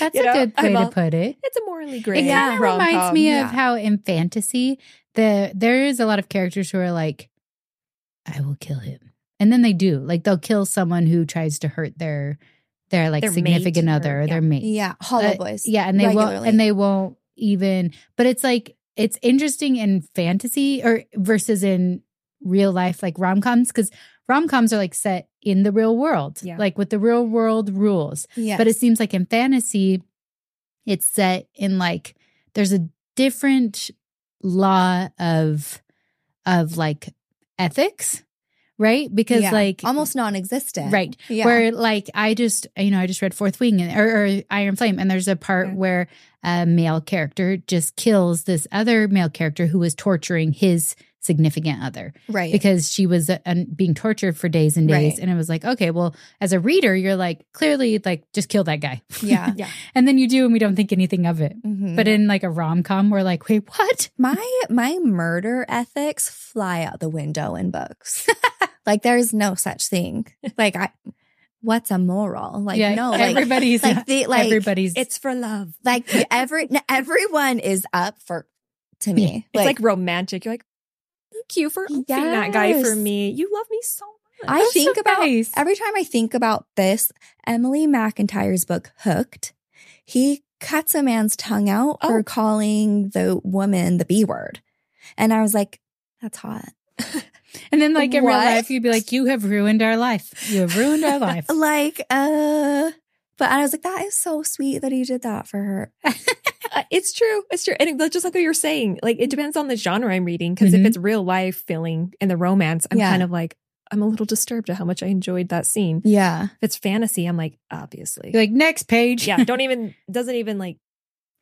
[SPEAKER 1] That's
[SPEAKER 2] you
[SPEAKER 1] a
[SPEAKER 2] know,
[SPEAKER 1] good
[SPEAKER 2] I'm
[SPEAKER 1] way to
[SPEAKER 2] all-
[SPEAKER 1] put it.
[SPEAKER 2] It's a morally
[SPEAKER 1] It
[SPEAKER 2] gray.
[SPEAKER 1] kind
[SPEAKER 3] Yeah.
[SPEAKER 1] of
[SPEAKER 2] rom-com.
[SPEAKER 1] reminds me
[SPEAKER 3] yeah.
[SPEAKER 1] of how in fantasy the there is a lot of characters who are like, "I will kill him," and then they do. Like they'll kill someone who tries to hurt their their like
[SPEAKER 2] Their mate
[SPEAKER 1] significant
[SPEAKER 2] or-
[SPEAKER 1] other or,
[SPEAKER 2] yeah.
[SPEAKER 1] their mate.
[SPEAKER 3] Yeah. Hollow
[SPEAKER 1] Uh,
[SPEAKER 3] Boys.
[SPEAKER 1] Yeah, and they won't
[SPEAKER 3] regularly.
[SPEAKER 1] and they won't even but it's like it's interesting in fantasy or versus in real life like rom-coms cuz rom-coms are like set in the real world,
[SPEAKER 2] Yeah.
[SPEAKER 1] like with the real world rules.
[SPEAKER 3] Yeah.
[SPEAKER 1] But it seems like in fantasy it's set in like there's a different law of of like ethics, right? Because
[SPEAKER 3] Yeah.
[SPEAKER 1] like
[SPEAKER 3] almost non existent.
[SPEAKER 1] right
[SPEAKER 3] Yeah.
[SPEAKER 1] where like I just you know I just read Fourth Wing and or, or Iron Flame and there's a part
[SPEAKER 2] Yeah.
[SPEAKER 1] where a male character just kills this other male character who was torturing his significant other
[SPEAKER 3] right. (laughs)
[SPEAKER 1] because she was uh, un- being tortured for days and days
[SPEAKER 3] Right.
[SPEAKER 1] and it was like okay well as a reader you're like clearly like just kill that guy
[SPEAKER 3] yeah.
[SPEAKER 2] Yeah.
[SPEAKER 1] (laughs) and then you do and we don't think anything of it
[SPEAKER 3] Mhm.
[SPEAKER 1] but in like a rom-com we're like wait what
[SPEAKER 3] My my murder ethics fly out the window in (laughs) books. like there is no such thing. Like I what's a moral? Like
[SPEAKER 1] Yeah,
[SPEAKER 3] no, like (laughs)
[SPEAKER 1] everybody's
[SPEAKER 3] like the
[SPEAKER 1] (laughs)
[SPEAKER 3] like
[SPEAKER 1] everybody's
[SPEAKER 2] It's for love.
[SPEAKER 3] like every no, everyone is up for to me.
[SPEAKER 2] It's like, romantic. You're like, thank you for opening that guy for
[SPEAKER 3] Yes.
[SPEAKER 2] me. You love me so much.
[SPEAKER 3] I
[SPEAKER 1] That's
[SPEAKER 3] think
[SPEAKER 1] so
[SPEAKER 3] about
[SPEAKER 1] nice.
[SPEAKER 3] every time I think about this, Emily McIntyre's book Hooked, he cuts a man's tongue out for
[SPEAKER 2] Oh.
[SPEAKER 3] calling the woman the B word. And I was like, That's hot.
[SPEAKER 1] And then, like in real
[SPEAKER 3] What?
[SPEAKER 1] life, you'd be like, "You have ruined our life. You have ruined
[SPEAKER 3] (laughs)
[SPEAKER 1] our life."
[SPEAKER 3] Like, uh, but I was like, that is so sweet that he did that
[SPEAKER 2] (laughs)
[SPEAKER 3] for her.
[SPEAKER 2] Uh, it's true. It's true. And it- just like what you're saying, like it depends on the genre I'm reading. because if
[SPEAKER 1] Mhm.
[SPEAKER 2] it's real life feeling and the romance, I'm
[SPEAKER 3] Yeah.
[SPEAKER 2] kind of like, I'm a little disturbed at how much I enjoyed that scene.
[SPEAKER 3] Yeah.
[SPEAKER 2] If it's fantasy, I'm like, obviously.
[SPEAKER 1] You're like next page.
[SPEAKER 2] (laughs) yeah. Don't even, doesn't even like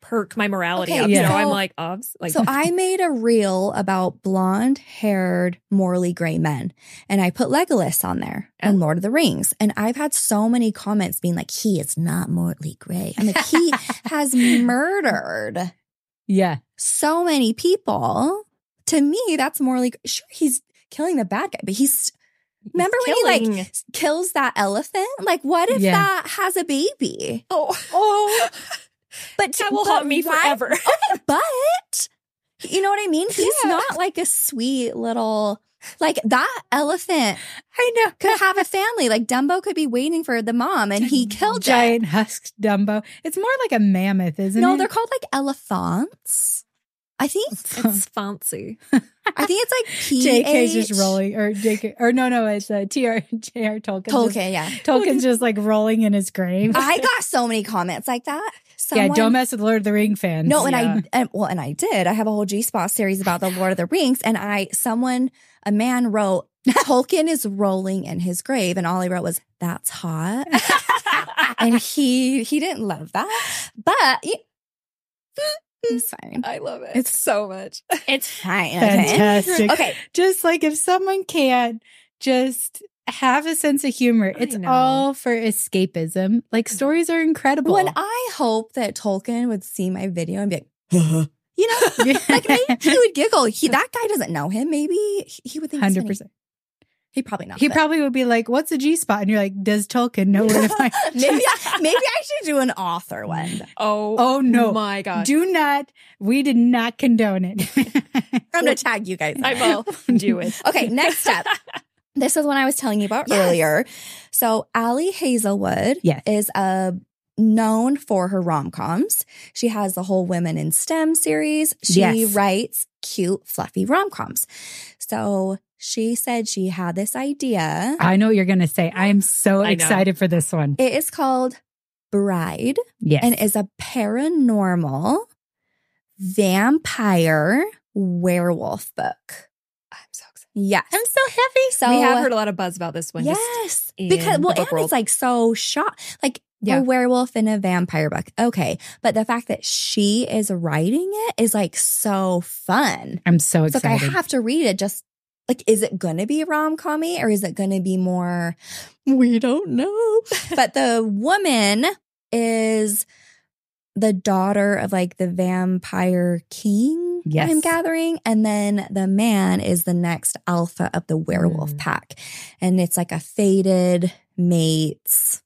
[SPEAKER 2] perk my morality
[SPEAKER 3] Okay,
[SPEAKER 2] up.
[SPEAKER 1] yeah.
[SPEAKER 2] You know, I'm
[SPEAKER 3] so-
[SPEAKER 2] like, obs. Like,
[SPEAKER 3] so I made a reel about blonde haired, morally gray men, and I put Legolas on there
[SPEAKER 2] Oh.
[SPEAKER 3] and Lord of the Rings. And I've had so many comments being like, he is not morally gray. I'm like,
[SPEAKER 2] (laughs)
[SPEAKER 3] he has murdered
[SPEAKER 1] (laughs) yeah.
[SPEAKER 3] so many people. To me, that's morally sure he's killing the bad guy, but he's remember when he
[SPEAKER 2] killing.
[SPEAKER 3] like kills that elephant? Like, what if
[SPEAKER 1] Yeah.
[SPEAKER 3] that has a baby? (laughs)
[SPEAKER 2] oh, oh,
[SPEAKER 3] But
[SPEAKER 2] (laughs) that will
[SPEAKER 3] but
[SPEAKER 2] haunt me
[SPEAKER 3] why-
[SPEAKER 2] (laughs) forever.
[SPEAKER 3] But you know what I mean? He's
[SPEAKER 2] Yeah.
[SPEAKER 3] not like a sweet little like that elephant
[SPEAKER 1] I know.
[SPEAKER 3] could have a family. Like Dumbo could be waiting for the mom and he killed it.
[SPEAKER 1] giant husked Dumbo. It's more like a mammoth, isn't
[SPEAKER 3] No,
[SPEAKER 1] it?
[SPEAKER 3] they're called like elephants. I
[SPEAKER 1] (laughs)
[SPEAKER 3] think
[SPEAKER 2] it's (laughs) fancy.
[SPEAKER 3] I think it's like P
[SPEAKER 1] JK's just
[SPEAKER 3] H-
[SPEAKER 1] rolling, or JK, or no, no, it's uh, (laughs) TR, JR Tolkien.
[SPEAKER 3] Tolkien, yeah.
[SPEAKER 1] Just, Tolkien's just like rolling in his grave.
[SPEAKER 3] I got so many comments like that.
[SPEAKER 1] yeah,
[SPEAKER 3] Someone,
[SPEAKER 1] don't mess with Lord of the Ring fans.
[SPEAKER 3] No, and (laughs)
[SPEAKER 2] Yeah.
[SPEAKER 3] I and, well, and I did. I have a whole G Spot series about the Lord of the Rings, and I someone a man wrote (laughs) Tolkien is rolling in his grave, and all he wrote was "That's hot," and he he didn't love that, but y- it's fine.
[SPEAKER 2] I love it.
[SPEAKER 1] It's-
[SPEAKER 2] so much.
[SPEAKER 3] It's fine. Okay.
[SPEAKER 1] fantastic.
[SPEAKER 3] Okay.
[SPEAKER 1] Just like if someone can't just have a sense of humor,
[SPEAKER 2] I
[SPEAKER 1] it's
[SPEAKER 2] know.
[SPEAKER 1] all for escapism. Like stories are incredible.
[SPEAKER 3] When
[SPEAKER 1] (laughs)
[SPEAKER 3] I hope that Tolkien would see my video and be like, you know, (laughs)
[SPEAKER 1] (laughs)
[SPEAKER 3] like (laughs) maybe he would giggle. He that guy doesn't know him. Maybe he, he would think it's
[SPEAKER 1] Hundred
[SPEAKER 3] funny.
[SPEAKER 1] percent.
[SPEAKER 3] He probably not.
[SPEAKER 1] He
[SPEAKER 3] but-
[SPEAKER 1] probably would be like, "What's a G spot?" And you're like, "Does Tolkien know where to find?"
[SPEAKER 3] (laughs) maybe I- maybe I should do an author one.
[SPEAKER 2] (laughs) Oh,
[SPEAKER 1] Oh no!
[SPEAKER 2] my God.
[SPEAKER 1] Do not. We did not condone it. (laughs)
[SPEAKER 3] I'm gonna tag you guys.
[SPEAKER 2] (laughs) I will do it.
[SPEAKER 3] (laughs) Okay, next up. This is one I was telling you about
[SPEAKER 2] Yes.
[SPEAKER 3] earlier. So Allie Hazelwood
[SPEAKER 1] Yes.
[SPEAKER 3] is uh, known for her rom-coms. She has the whole Women in STEM series. She
[SPEAKER 1] Yes.
[SPEAKER 3] writes cute, fluffy rom-coms. So she said she had this idea.
[SPEAKER 1] I know what you're going to say. I am so
[SPEAKER 2] I know.
[SPEAKER 1] excited for this one.
[SPEAKER 3] It is called Bride
[SPEAKER 1] Yes.
[SPEAKER 3] and is a paranormal vampire werewolf book.
[SPEAKER 2] I'm so excited.
[SPEAKER 3] Yes.
[SPEAKER 1] I'm so heavy.
[SPEAKER 3] So
[SPEAKER 2] we have heard a lot of buzz about this one. Just-
[SPEAKER 3] Yes,
[SPEAKER 2] in
[SPEAKER 3] because
[SPEAKER 2] the
[SPEAKER 3] well, and
[SPEAKER 2] book world.
[SPEAKER 3] it's like so shock, like
[SPEAKER 2] Yeah.
[SPEAKER 3] a werewolf in a vampire book. Okay, but the fact that she is writing it is like so fun.
[SPEAKER 1] I'm so
[SPEAKER 3] It's like I
[SPEAKER 1] excited.
[SPEAKER 3] have to read it. Just like, is it going to be rom commy or is it going to be more? We
[SPEAKER 1] (laughs)
[SPEAKER 3] don't know. but the woman is the daughter of like the vampire king.
[SPEAKER 1] Yes.
[SPEAKER 3] I'm gathering, and then the man is the next alpha of the werewolf
[SPEAKER 1] Mm.
[SPEAKER 3] pack, and it's like a faded mates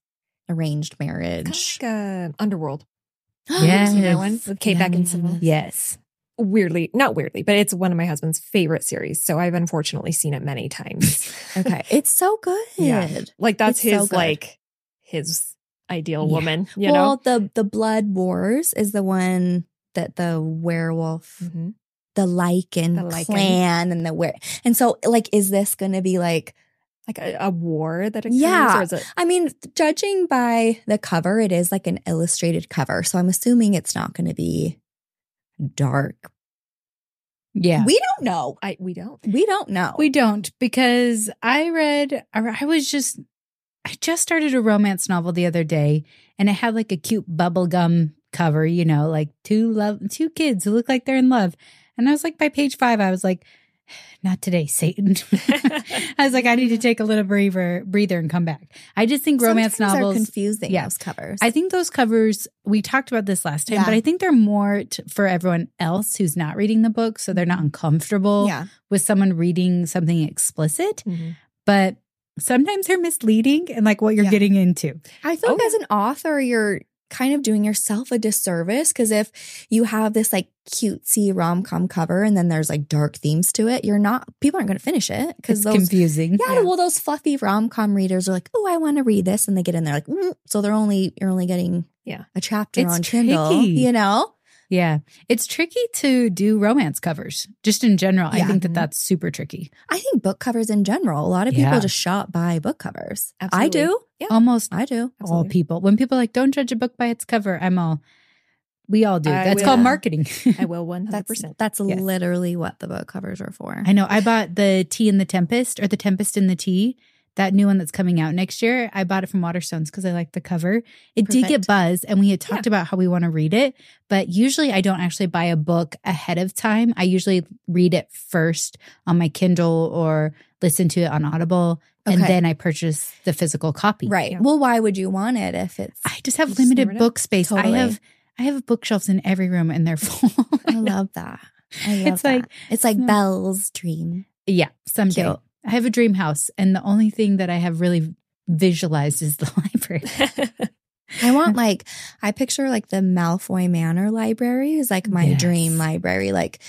[SPEAKER 3] arranged
[SPEAKER 2] Kind of
[SPEAKER 3] marriage.
[SPEAKER 2] like uh, Underworld.
[SPEAKER 1] (gasps) Yes.
[SPEAKER 2] You know that one with Kate
[SPEAKER 3] Yum,
[SPEAKER 2] Beckinsale.
[SPEAKER 3] yum.
[SPEAKER 1] yes.
[SPEAKER 2] Weirdly, not weirdly, but it's one of my husband's favorite series. So I've unfortunately seen it many (laughs) times.
[SPEAKER 3] Okay, it's so good.
[SPEAKER 2] Yeah. like that's
[SPEAKER 3] It's so
[SPEAKER 2] his
[SPEAKER 3] good.
[SPEAKER 2] like his ideal
[SPEAKER 1] Yeah.
[SPEAKER 2] woman. You
[SPEAKER 3] well,
[SPEAKER 2] know.
[SPEAKER 3] the the Blood Wars is the one that the werewolf,
[SPEAKER 2] Mhm.
[SPEAKER 3] the Lycan,
[SPEAKER 2] The Lycan.
[SPEAKER 3] clan, and the were. And so, like, is this going to be like?
[SPEAKER 2] Like a, a war that occurs,
[SPEAKER 3] Yeah.
[SPEAKER 2] or is it?
[SPEAKER 3] I mean, judging by the cover, it is like an illustrated cover, so I'm assuming it's not going to be dark.
[SPEAKER 1] Yeah. We,
[SPEAKER 3] We don't know.
[SPEAKER 2] I we don't.
[SPEAKER 3] We don't know.
[SPEAKER 1] don't because I read, or I was just, I just started a romance novel the other day and it had like a cute bubblegum cover, you know, like two love, two kids who look like they're in love. And I was like, by page five, I was like, (sighs) not today, Satan. (laughs) I was like, I need to take a little breather, breather and come back. I just think romance
[SPEAKER 3] Sometimes
[SPEAKER 1] novels
[SPEAKER 3] are confusing.
[SPEAKER 1] yeah.
[SPEAKER 3] Those covers.
[SPEAKER 1] I think those covers, we talked about this last time,
[SPEAKER 3] Yeah.
[SPEAKER 1] but I think they're more t- for everyone else who's not reading the book. So they're not uncomfortable
[SPEAKER 3] yeah.
[SPEAKER 1] with someone reading something explicit,
[SPEAKER 2] Mm-hmm.
[SPEAKER 1] but sometimes they're misleading and like what you're
[SPEAKER 3] Yeah.
[SPEAKER 1] getting into.
[SPEAKER 3] I feel like
[SPEAKER 2] Oh,
[SPEAKER 3] as an author, you're kind of doing yourself a disservice because if you have this like cutesy rom com cover and then there's like dark themes to it, you're not. People aren't going to finish it because
[SPEAKER 1] It's
[SPEAKER 3] those.
[SPEAKER 1] confusing.
[SPEAKER 3] yeah, well, those fluffy rom com readers are like, "Oh, I want to read this," and they get in there like, "Mm." so they're only you're only getting
[SPEAKER 2] Yeah.
[SPEAKER 3] a chapter
[SPEAKER 1] It's
[SPEAKER 3] on Kindle,
[SPEAKER 1] tricky.
[SPEAKER 3] you know.
[SPEAKER 1] Yeah. It's tricky to do romance covers just in general. I
[SPEAKER 3] Yeah.
[SPEAKER 1] think that that's super tricky.
[SPEAKER 3] I think book covers in general, a lot of
[SPEAKER 1] Yeah.
[SPEAKER 3] people just shop by book covers. I
[SPEAKER 2] Absolutely.
[SPEAKER 3] do.
[SPEAKER 2] Yeah.
[SPEAKER 1] Almost
[SPEAKER 3] I do.
[SPEAKER 1] all
[SPEAKER 2] Absolutely.
[SPEAKER 1] people, when people are like, don't judge a book by its cover, I'm all, we all do.
[SPEAKER 2] I
[SPEAKER 1] That's
[SPEAKER 2] will.
[SPEAKER 1] called marketing.
[SPEAKER 2] I will 100%.
[SPEAKER 3] That's
[SPEAKER 2] (laughs)
[SPEAKER 3] that's
[SPEAKER 1] Yes.
[SPEAKER 3] literally what the book covers are for.
[SPEAKER 1] I know. I bought the Tea in the Tempest or the Tempest in the Tea, that new one that's coming out next year. I bought it from Waterstones because I like the cover. It did get
[SPEAKER 3] Perfect.
[SPEAKER 1] buzz, and we had talked about how we want to read it. But usually, I don't actually buy a book ahead of time. I usually read it first on my Kindle or listen to it on Audible, and
[SPEAKER 3] Okay.
[SPEAKER 1] then I purchase the physical copy.
[SPEAKER 3] right.
[SPEAKER 2] Yeah.
[SPEAKER 3] Well, why would you want it if it's?
[SPEAKER 1] I just have
[SPEAKER 2] You just never
[SPEAKER 1] limited
[SPEAKER 2] know.
[SPEAKER 1] book space.
[SPEAKER 3] Totally.
[SPEAKER 1] I have I have bookshelves in every room, and they're (laughs) full.
[SPEAKER 2] (laughs)
[SPEAKER 3] I love that. I love
[SPEAKER 1] It's
[SPEAKER 3] that.
[SPEAKER 1] like-
[SPEAKER 3] it's like
[SPEAKER 2] hmm.
[SPEAKER 1] no.
[SPEAKER 3] Belle's dream.
[SPEAKER 1] Yeah, someday.
[SPEAKER 3] Cute.
[SPEAKER 1] I have a dream house, and the only thing that I have really visualized is the (laughs)
[SPEAKER 2] (laughs)
[SPEAKER 1] library.
[SPEAKER 3] I want like I picture like the Malfoy Manor Library is like my
[SPEAKER 1] Yes.
[SPEAKER 3] dream library, like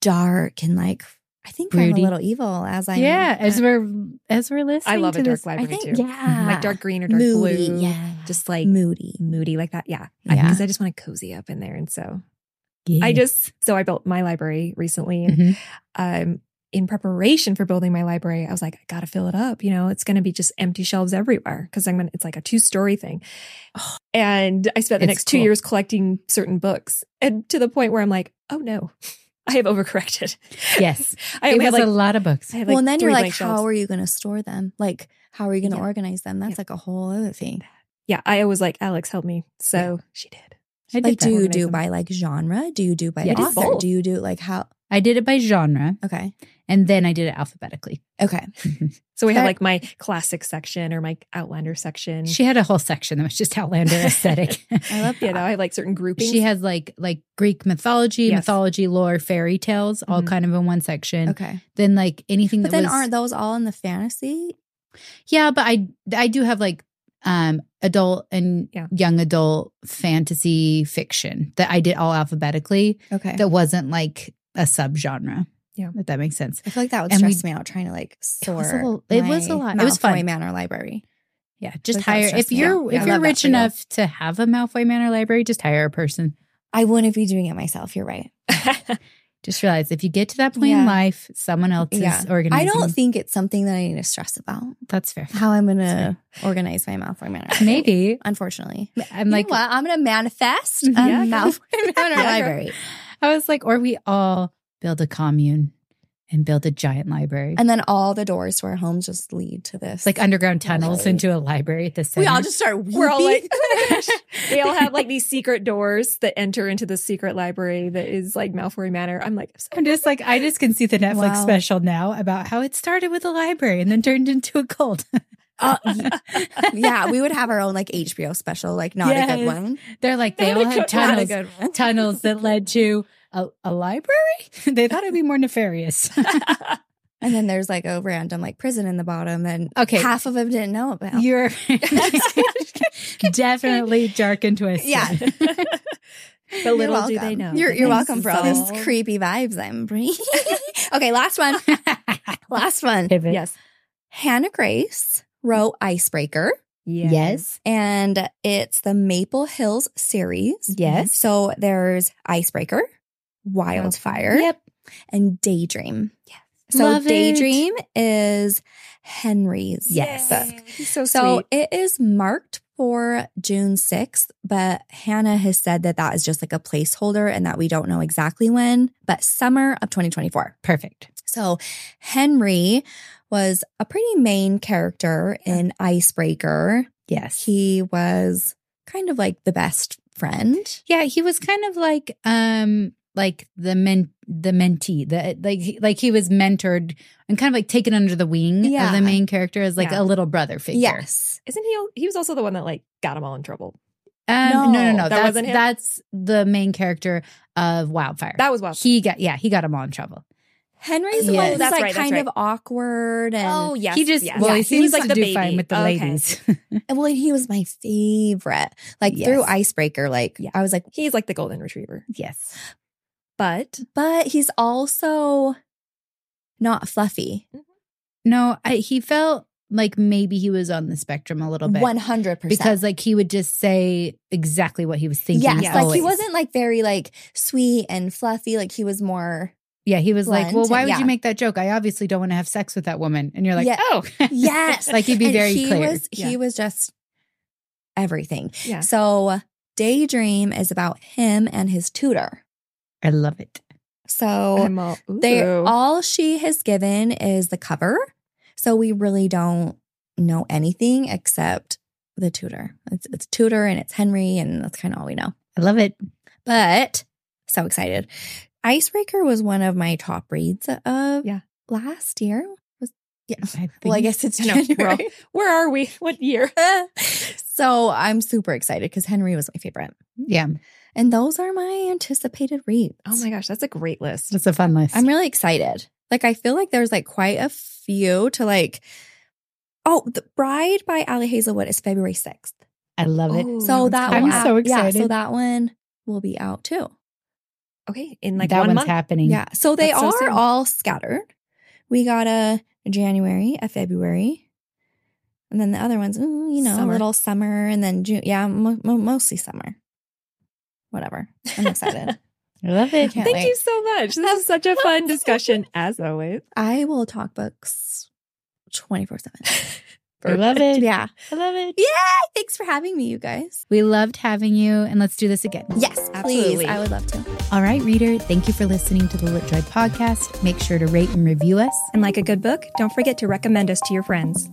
[SPEAKER 3] dark and like I think I'm
[SPEAKER 1] Broody.
[SPEAKER 3] a little evil as I
[SPEAKER 1] yeah, as
[SPEAKER 3] I,
[SPEAKER 1] we're as we're listening,
[SPEAKER 2] I love
[SPEAKER 1] to
[SPEAKER 2] a dark
[SPEAKER 1] this-
[SPEAKER 3] I
[SPEAKER 2] library
[SPEAKER 3] think
[SPEAKER 2] too. (laughs)
[SPEAKER 3] yeah,
[SPEAKER 2] Like dark green or dark
[SPEAKER 3] moody,
[SPEAKER 2] blue.
[SPEAKER 3] yeah,
[SPEAKER 2] Just like
[SPEAKER 3] moody.
[SPEAKER 2] Ah, moody like that. Yeah.
[SPEAKER 3] Yeah.
[SPEAKER 2] Because I just want to cozy up in there. And so
[SPEAKER 1] Yeah.
[SPEAKER 2] I just, so I built my library recently. And
[SPEAKER 1] Mhm.
[SPEAKER 2] um, in preparation for building my library, I was like, I got to fill it up. You know, it's going to be just empty shelves everywhere because I'm going to, it's like a two
[SPEAKER 1] (sighs)
[SPEAKER 2] story thing. And I spent the
[SPEAKER 1] It's
[SPEAKER 2] next two
[SPEAKER 1] cool.
[SPEAKER 2] years collecting certain books and to the point where I'm like, oh no, I have overcorrected.
[SPEAKER 1] yes,
[SPEAKER 2] (laughs) I
[SPEAKER 1] it
[SPEAKER 2] only
[SPEAKER 1] was
[SPEAKER 2] had like,
[SPEAKER 1] a lot of books.
[SPEAKER 2] I had like
[SPEAKER 3] well, and then
[SPEAKER 2] three
[SPEAKER 3] you're like,
[SPEAKER 2] blank
[SPEAKER 3] how
[SPEAKER 2] shelves.
[SPEAKER 3] are you going to store them? Like, how are you going to
[SPEAKER 2] Yeah.
[SPEAKER 3] organize them? That's like a whole other thing.
[SPEAKER 2] yeah, I was like, Alex, help me. So she did.
[SPEAKER 1] I did
[SPEAKER 3] Like,
[SPEAKER 1] that.
[SPEAKER 3] do you
[SPEAKER 2] Organize
[SPEAKER 3] do
[SPEAKER 2] them.
[SPEAKER 3] by like genre? Do you do by
[SPEAKER 1] Yeah, I
[SPEAKER 2] did
[SPEAKER 3] author?
[SPEAKER 2] both.
[SPEAKER 3] Do you do like how?
[SPEAKER 1] I did it by genre,
[SPEAKER 3] Okay,
[SPEAKER 1] and then I did it alphabetically.
[SPEAKER 3] okay.
[SPEAKER 2] So we had
[SPEAKER 3] That-
[SPEAKER 2] like my classic section or my outliner section.
[SPEAKER 1] She had a whole section that was just
[SPEAKER 2] (laughs)
[SPEAKER 1] Outlander aesthetic.
[SPEAKER 3] I love
[SPEAKER 2] you know,
[SPEAKER 3] that.
[SPEAKER 2] I have like certain
[SPEAKER 1] (laughs)
[SPEAKER 2] groupings.
[SPEAKER 1] She has like like Greek mythology,
[SPEAKER 2] Yes.
[SPEAKER 1] mythology lore, fairy tales, all
[SPEAKER 2] Mhm.
[SPEAKER 1] kind of in one section.
[SPEAKER 3] Okay,
[SPEAKER 1] Then like anything
[SPEAKER 3] but
[SPEAKER 1] that
[SPEAKER 3] then
[SPEAKER 1] was,
[SPEAKER 3] aren't those all in the fantasy?
[SPEAKER 1] Yeah, but I I do have like um adult and
[SPEAKER 2] Yeah.
[SPEAKER 1] young adult fantasy fiction that I did all alphabetically
[SPEAKER 3] Okay,
[SPEAKER 1] that wasn't like a subgenre.
[SPEAKER 2] Yeah.
[SPEAKER 1] If that makes sense.
[SPEAKER 3] I feel like that would
[SPEAKER 1] And we-
[SPEAKER 3] stress me out trying to like
[SPEAKER 1] It
[SPEAKER 3] sort.
[SPEAKER 1] was a little- it was
[SPEAKER 3] my
[SPEAKER 1] a lot. It was fun.
[SPEAKER 3] Malfoy Manor Library.
[SPEAKER 1] Yeah. Just
[SPEAKER 3] Like, that
[SPEAKER 1] hire if
[SPEAKER 3] stressed me
[SPEAKER 1] you're
[SPEAKER 3] out.
[SPEAKER 1] if
[SPEAKER 3] Yeah. I
[SPEAKER 1] you're
[SPEAKER 3] love that
[SPEAKER 1] rich
[SPEAKER 3] for you.
[SPEAKER 1] enough to have a Malfoy Manor library, just hire a person.
[SPEAKER 3] I wouldn't be doing it myself. You're right.
[SPEAKER 2] (laughs)
[SPEAKER 1] Just realize if you get to that point in
[SPEAKER 3] Yeah.
[SPEAKER 1] life, someone else
[SPEAKER 3] Yeah.
[SPEAKER 1] is organizing.
[SPEAKER 3] I don't think it's something that I need to stress about
[SPEAKER 1] that's fair.
[SPEAKER 3] how I'm going to organize my Malfoy Manor. Library,
[SPEAKER 1] (laughs) Maybe
[SPEAKER 3] Unfortunately.
[SPEAKER 1] I'm like Mm-hmm.
[SPEAKER 3] you know what? I'm going to manifest a
[SPEAKER 1] Yeah,
[SPEAKER 2] go.
[SPEAKER 3] Malfoy (laughs) Manor
[SPEAKER 1] Yeah, go.
[SPEAKER 3] Library.
[SPEAKER 1] I was like, or we all build a commune and build a giant library.
[SPEAKER 3] And then all the doors to our homes just lead to this.
[SPEAKER 1] It's like underground tunnels
[SPEAKER 3] Right.
[SPEAKER 1] into a library at the center.
[SPEAKER 3] (laughs) we all just start
[SPEAKER 2] We're all
[SPEAKER 3] weeping.
[SPEAKER 2] like,
[SPEAKER 1] oh
[SPEAKER 2] they all have (laughs) like these secret doors that enter into the secret library that is like Malfoy Manor. I'm like,
[SPEAKER 1] I'm just like I just can see the Netflix
[SPEAKER 3] Wow.
[SPEAKER 1] special now about how it started with a library and then turned into a cult.
[SPEAKER 3] (laughs) Uh, y- (laughs) yeah, we would have our own like HBO special, like not a good
[SPEAKER 1] Yes.
[SPEAKER 3] one.
[SPEAKER 1] (laughs) They're like they
[SPEAKER 2] Not a
[SPEAKER 1] all had
[SPEAKER 2] good- not a
[SPEAKER 1] tunnels,
[SPEAKER 3] good one.
[SPEAKER 1] tunnels that led to a, a library. (laughs) they thought it'd be more nefarious.
[SPEAKER 3] And then there's like a random like prison in the bottom, and
[SPEAKER 1] Okay.
[SPEAKER 3] half of them didn't know
[SPEAKER 1] (laughs)
[SPEAKER 3] about. (laughs)
[SPEAKER 1] You're definitely dark and twisted.
[SPEAKER 3] Yeah. (laughs)
[SPEAKER 2] but
[SPEAKER 3] You're
[SPEAKER 2] little do they
[SPEAKER 3] welcome.
[SPEAKER 2] know.
[SPEAKER 3] You're,
[SPEAKER 2] that
[SPEAKER 3] you're
[SPEAKER 2] this
[SPEAKER 3] welcome
[SPEAKER 2] is
[SPEAKER 3] for all
[SPEAKER 2] all-
[SPEAKER 3] these creepy vibes I'm bringing. (laughs) okay, last one. Last
[SPEAKER 1] (laughs)
[SPEAKER 3] one.
[SPEAKER 1] Pivot.
[SPEAKER 2] Yes.
[SPEAKER 3] Hannah Grace wrote Icebreaker,
[SPEAKER 1] Yes.
[SPEAKER 3] and it's the Maple Hills series.
[SPEAKER 1] Yes.
[SPEAKER 3] So there's Icebreaker, Wildfire,
[SPEAKER 1] Yep.
[SPEAKER 3] and Daydream. Yes. So
[SPEAKER 1] Love it.
[SPEAKER 3] Daydream is Henry's
[SPEAKER 1] Yes.
[SPEAKER 3] book.
[SPEAKER 2] He's so,
[SPEAKER 3] So
[SPEAKER 2] sweet.
[SPEAKER 3] it is marked for June 6th, but Hannah has said that that is just like a placeholder and that we don't know exactly when, but summer of 2024.
[SPEAKER 1] Perfect.
[SPEAKER 3] So Henry was a pretty main character in Icebreaker.
[SPEAKER 1] Yes.
[SPEAKER 3] He was kind of like the best friend.
[SPEAKER 1] Yeah, he was kind of like um like the men the mentee the like he- like he was mentored and kind of like taken under the wing of
[SPEAKER 3] Yeah.
[SPEAKER 1] the main character as like
[SPEAKER 2] Yeah.
[SPEAKER 1] a little brother figure.
[SPEAKER 3] Yes.
[SPEAKER 2] Isn't he? al- He was also the one that like got them all in trouble.
[SPEAKER 1] Um, no, no, no,
[SPEAKER 3] No,
[SPEAKER 2] that
[SPEAKER 1] That's
[SPEAKER 2] wasn't him?
[SPEAKER 1] that's the main character of Wildfire.
[SPEAKER 2] That was wild.
[SPEAKER 1] he got yeah he got him all in trouble.
[SPEAKER 3] Henry's
[SPEAKER 1] Yes.
[SPEAKER 3] the one who's
[SPEAKER 2] Oh, That's
[SPEAKER 3] like
[SPEAKER 2] right, that's
[SPEAKER 3] kind
[SPEAKER 2] right. Oh,
[SPEAKER 3] of awkward and
[SPEAKER 2] yes.
[SPEAKER 1] he just
[SPEAKER 2] yes.
[SPEAKER 1] well
[SPEAKER 3] Yeah,
[SPEAKER 1] he
[SPEAKER 3] he
[SPEAKER 1] seems
[SPEAKER 2] was
[SPEAKER 1] like
[SPEAKER 2] like
[SPEAKER 1] to
[SPEAKER 2] the
[SPEAKER 1] do
[SPEAKER 2] baby.
[SPEAKER 1] fine with the
[SPEAKER 2] Okay.
[SPEAKER 1] ladies. (laughs)
[SPEAKER 3] well, he was my favorite. Like
[SPEAKER 1] Yes.
[SPEAKER 3] through Icebreaker, like
[SPEAKER 2] Yeah.
[SPEAKER 3] I was like,
[SPEAKER 2] He's like the golden retriever.
[SPEAKER 1] yes,
[SPEAKER 2] But
[SPEAKER 3] but he's also not fluffy.
[SPEAKER 1] no, I, he felt like maybe he was on the spectrum a little bit.
[SPEAKER 3] One hundred percent.
[SPEAKER 1] because like he would just say exactly what he was thinking.
[SPEAKER 3] yes,
[SPEAKER 2] yeah,
[SPEAKER 3] like he
[SPEAKER 1] always.
[SPEAKER 3] wasn't like very like sweet and fluffy. Like he was
[SPEAKER 1] (laughs)
[SPEAKER 3] more
[SPEAKER 1] Yeah, he was like,
[SPEAKER 3] blunt
[SPEAKER 1] "Well,
[SPEAKER 3] and-
[SPEAKER 1] why would
[SPEAKER 3] yeah.
[SPEAKER 1] you make that joke? I obviously don't want to have sex with that woman." And you're like,
[SPEAKER 3] Yeah.
[SPEAKER 1] "Oh, (laughs)
[SPEAKER 3] yes.
[SPEAKER 1] like he'd be
[SPEAKER 3] And
[SPEAKER 1] very
[SPEAKER 3] he
[SPEAKER 1] clear.
[SPEAKER 3] was
[SPEAKER 2] Yeah.
[SPEAKER 3] he was just everything.
[SPEAKER 2] Yeah.
[SPEAKER 3] So daydream is about him and his tutor.
[SPEAKER 1] I love it.
[SPEAKER 3] So
[SPEAKER 2] I'm all,
[SPEAKER 3] They
[SPEAKER 2] ooh.
[SPEAKER 3] all she has given is the cover. So we really don't know anything except the tutor. It's it's tutor and it's Henry and that's kind of all we know.
[SPEAKER 1] I love it."
[SPEAKER 3] But so excited. Icebreaker was one of my top reads of
[SPEAKER 2] Yeah.
[SPEAKER 3] last year. Was yeah.
[SPEAKER 1] I
[SPEAKER 3] Well, I
[SPEAKER 1] think-
[SPEAKER 3] guess
[SPEAKER 2] (laughs)
[SPEAKER 3] it's
[SPEAKER 2] I know, we're all-
[SPEAKER 3] January.
[SPEAKER 2] Where are we? What year?
[SPEAKER 3] (laughs) so I'm super excited because Henry was my favorite.
[SPEAKER 1] yeah,
[SPEAKER 3] And those are my anticipated reads.
[SPEAKER 2] Oh my gosh, that's a great list.
[SPEAKER 1] it's a fun list.
[SPEAKER 3] I'm really excited. Like I feel like there's like quite a few to like. Oh, The Bride by Allie Hazelwood is February sixth.
[SPEAKER 1] I love it.
[SPEAKER 2] Ooh,
[SPEAKER 3] So that
[SPEAKER 2] Oh, one's
[SPEAKER 1] I'm
[SPEAKER 3] one,
[SPEAKER 2] coming up.
[SPEAKER 1] so
[SPEAKER 3] Yeah, so
[SPEAKER 1] excited.
[SPEAKER 3] that one will be out too.
[SPEAKER 2] okay in like
[SPEAKER 1] that
[SPEAKER 2] one
[SPEAKER 1] one's
[SPEAKER 2] month.
[SPEAKER 1] happening.
[SPEAKER 3] Yeah. So they
[SPEAKER 2] That's so
[SPEAKER 3] are
[SPEAKER 2] soon.
[SPEAKER 3] all scattered. We got a January, a February, and then the other ones, mm, you know,
[SPEAKER 2] Summer.
[SPEAKER 3] a little summer, and then June. Yeah, mo- mo- mostly summer. Whatever. I'm excited.
[SPEAKER 1] I love it.
[SPEAKER 3] Can't
[SPEAKER 2] Thank
[SPEAKER 3] wait.
[SPEAKER 2] you so much. This is such a fun discussion as always.
[SPEAKER 3] (laughs) I will talk books twenty four seven. (laughs)
[SPEAKER 1] I love it.
[SPEAKER 3] Yeah.
[SPEAKER 1] I love it.
[SPEAKER 3] Yeah. Thanks for having me, you guys.
[SPEAKER 1] We loved having you, and let's do this again.
[SPEAKER 3] Yes,
[SPEAKER 2] Absolutely.
[SPEAKER 3] please. I would love to.
[SPEAKER 1] All right, reader, thank you for listening to the Lit Joy podcast. Make sure to rate and review us.
[SPEAKER 2] And like a good book, don't forget to recommend us to your friends.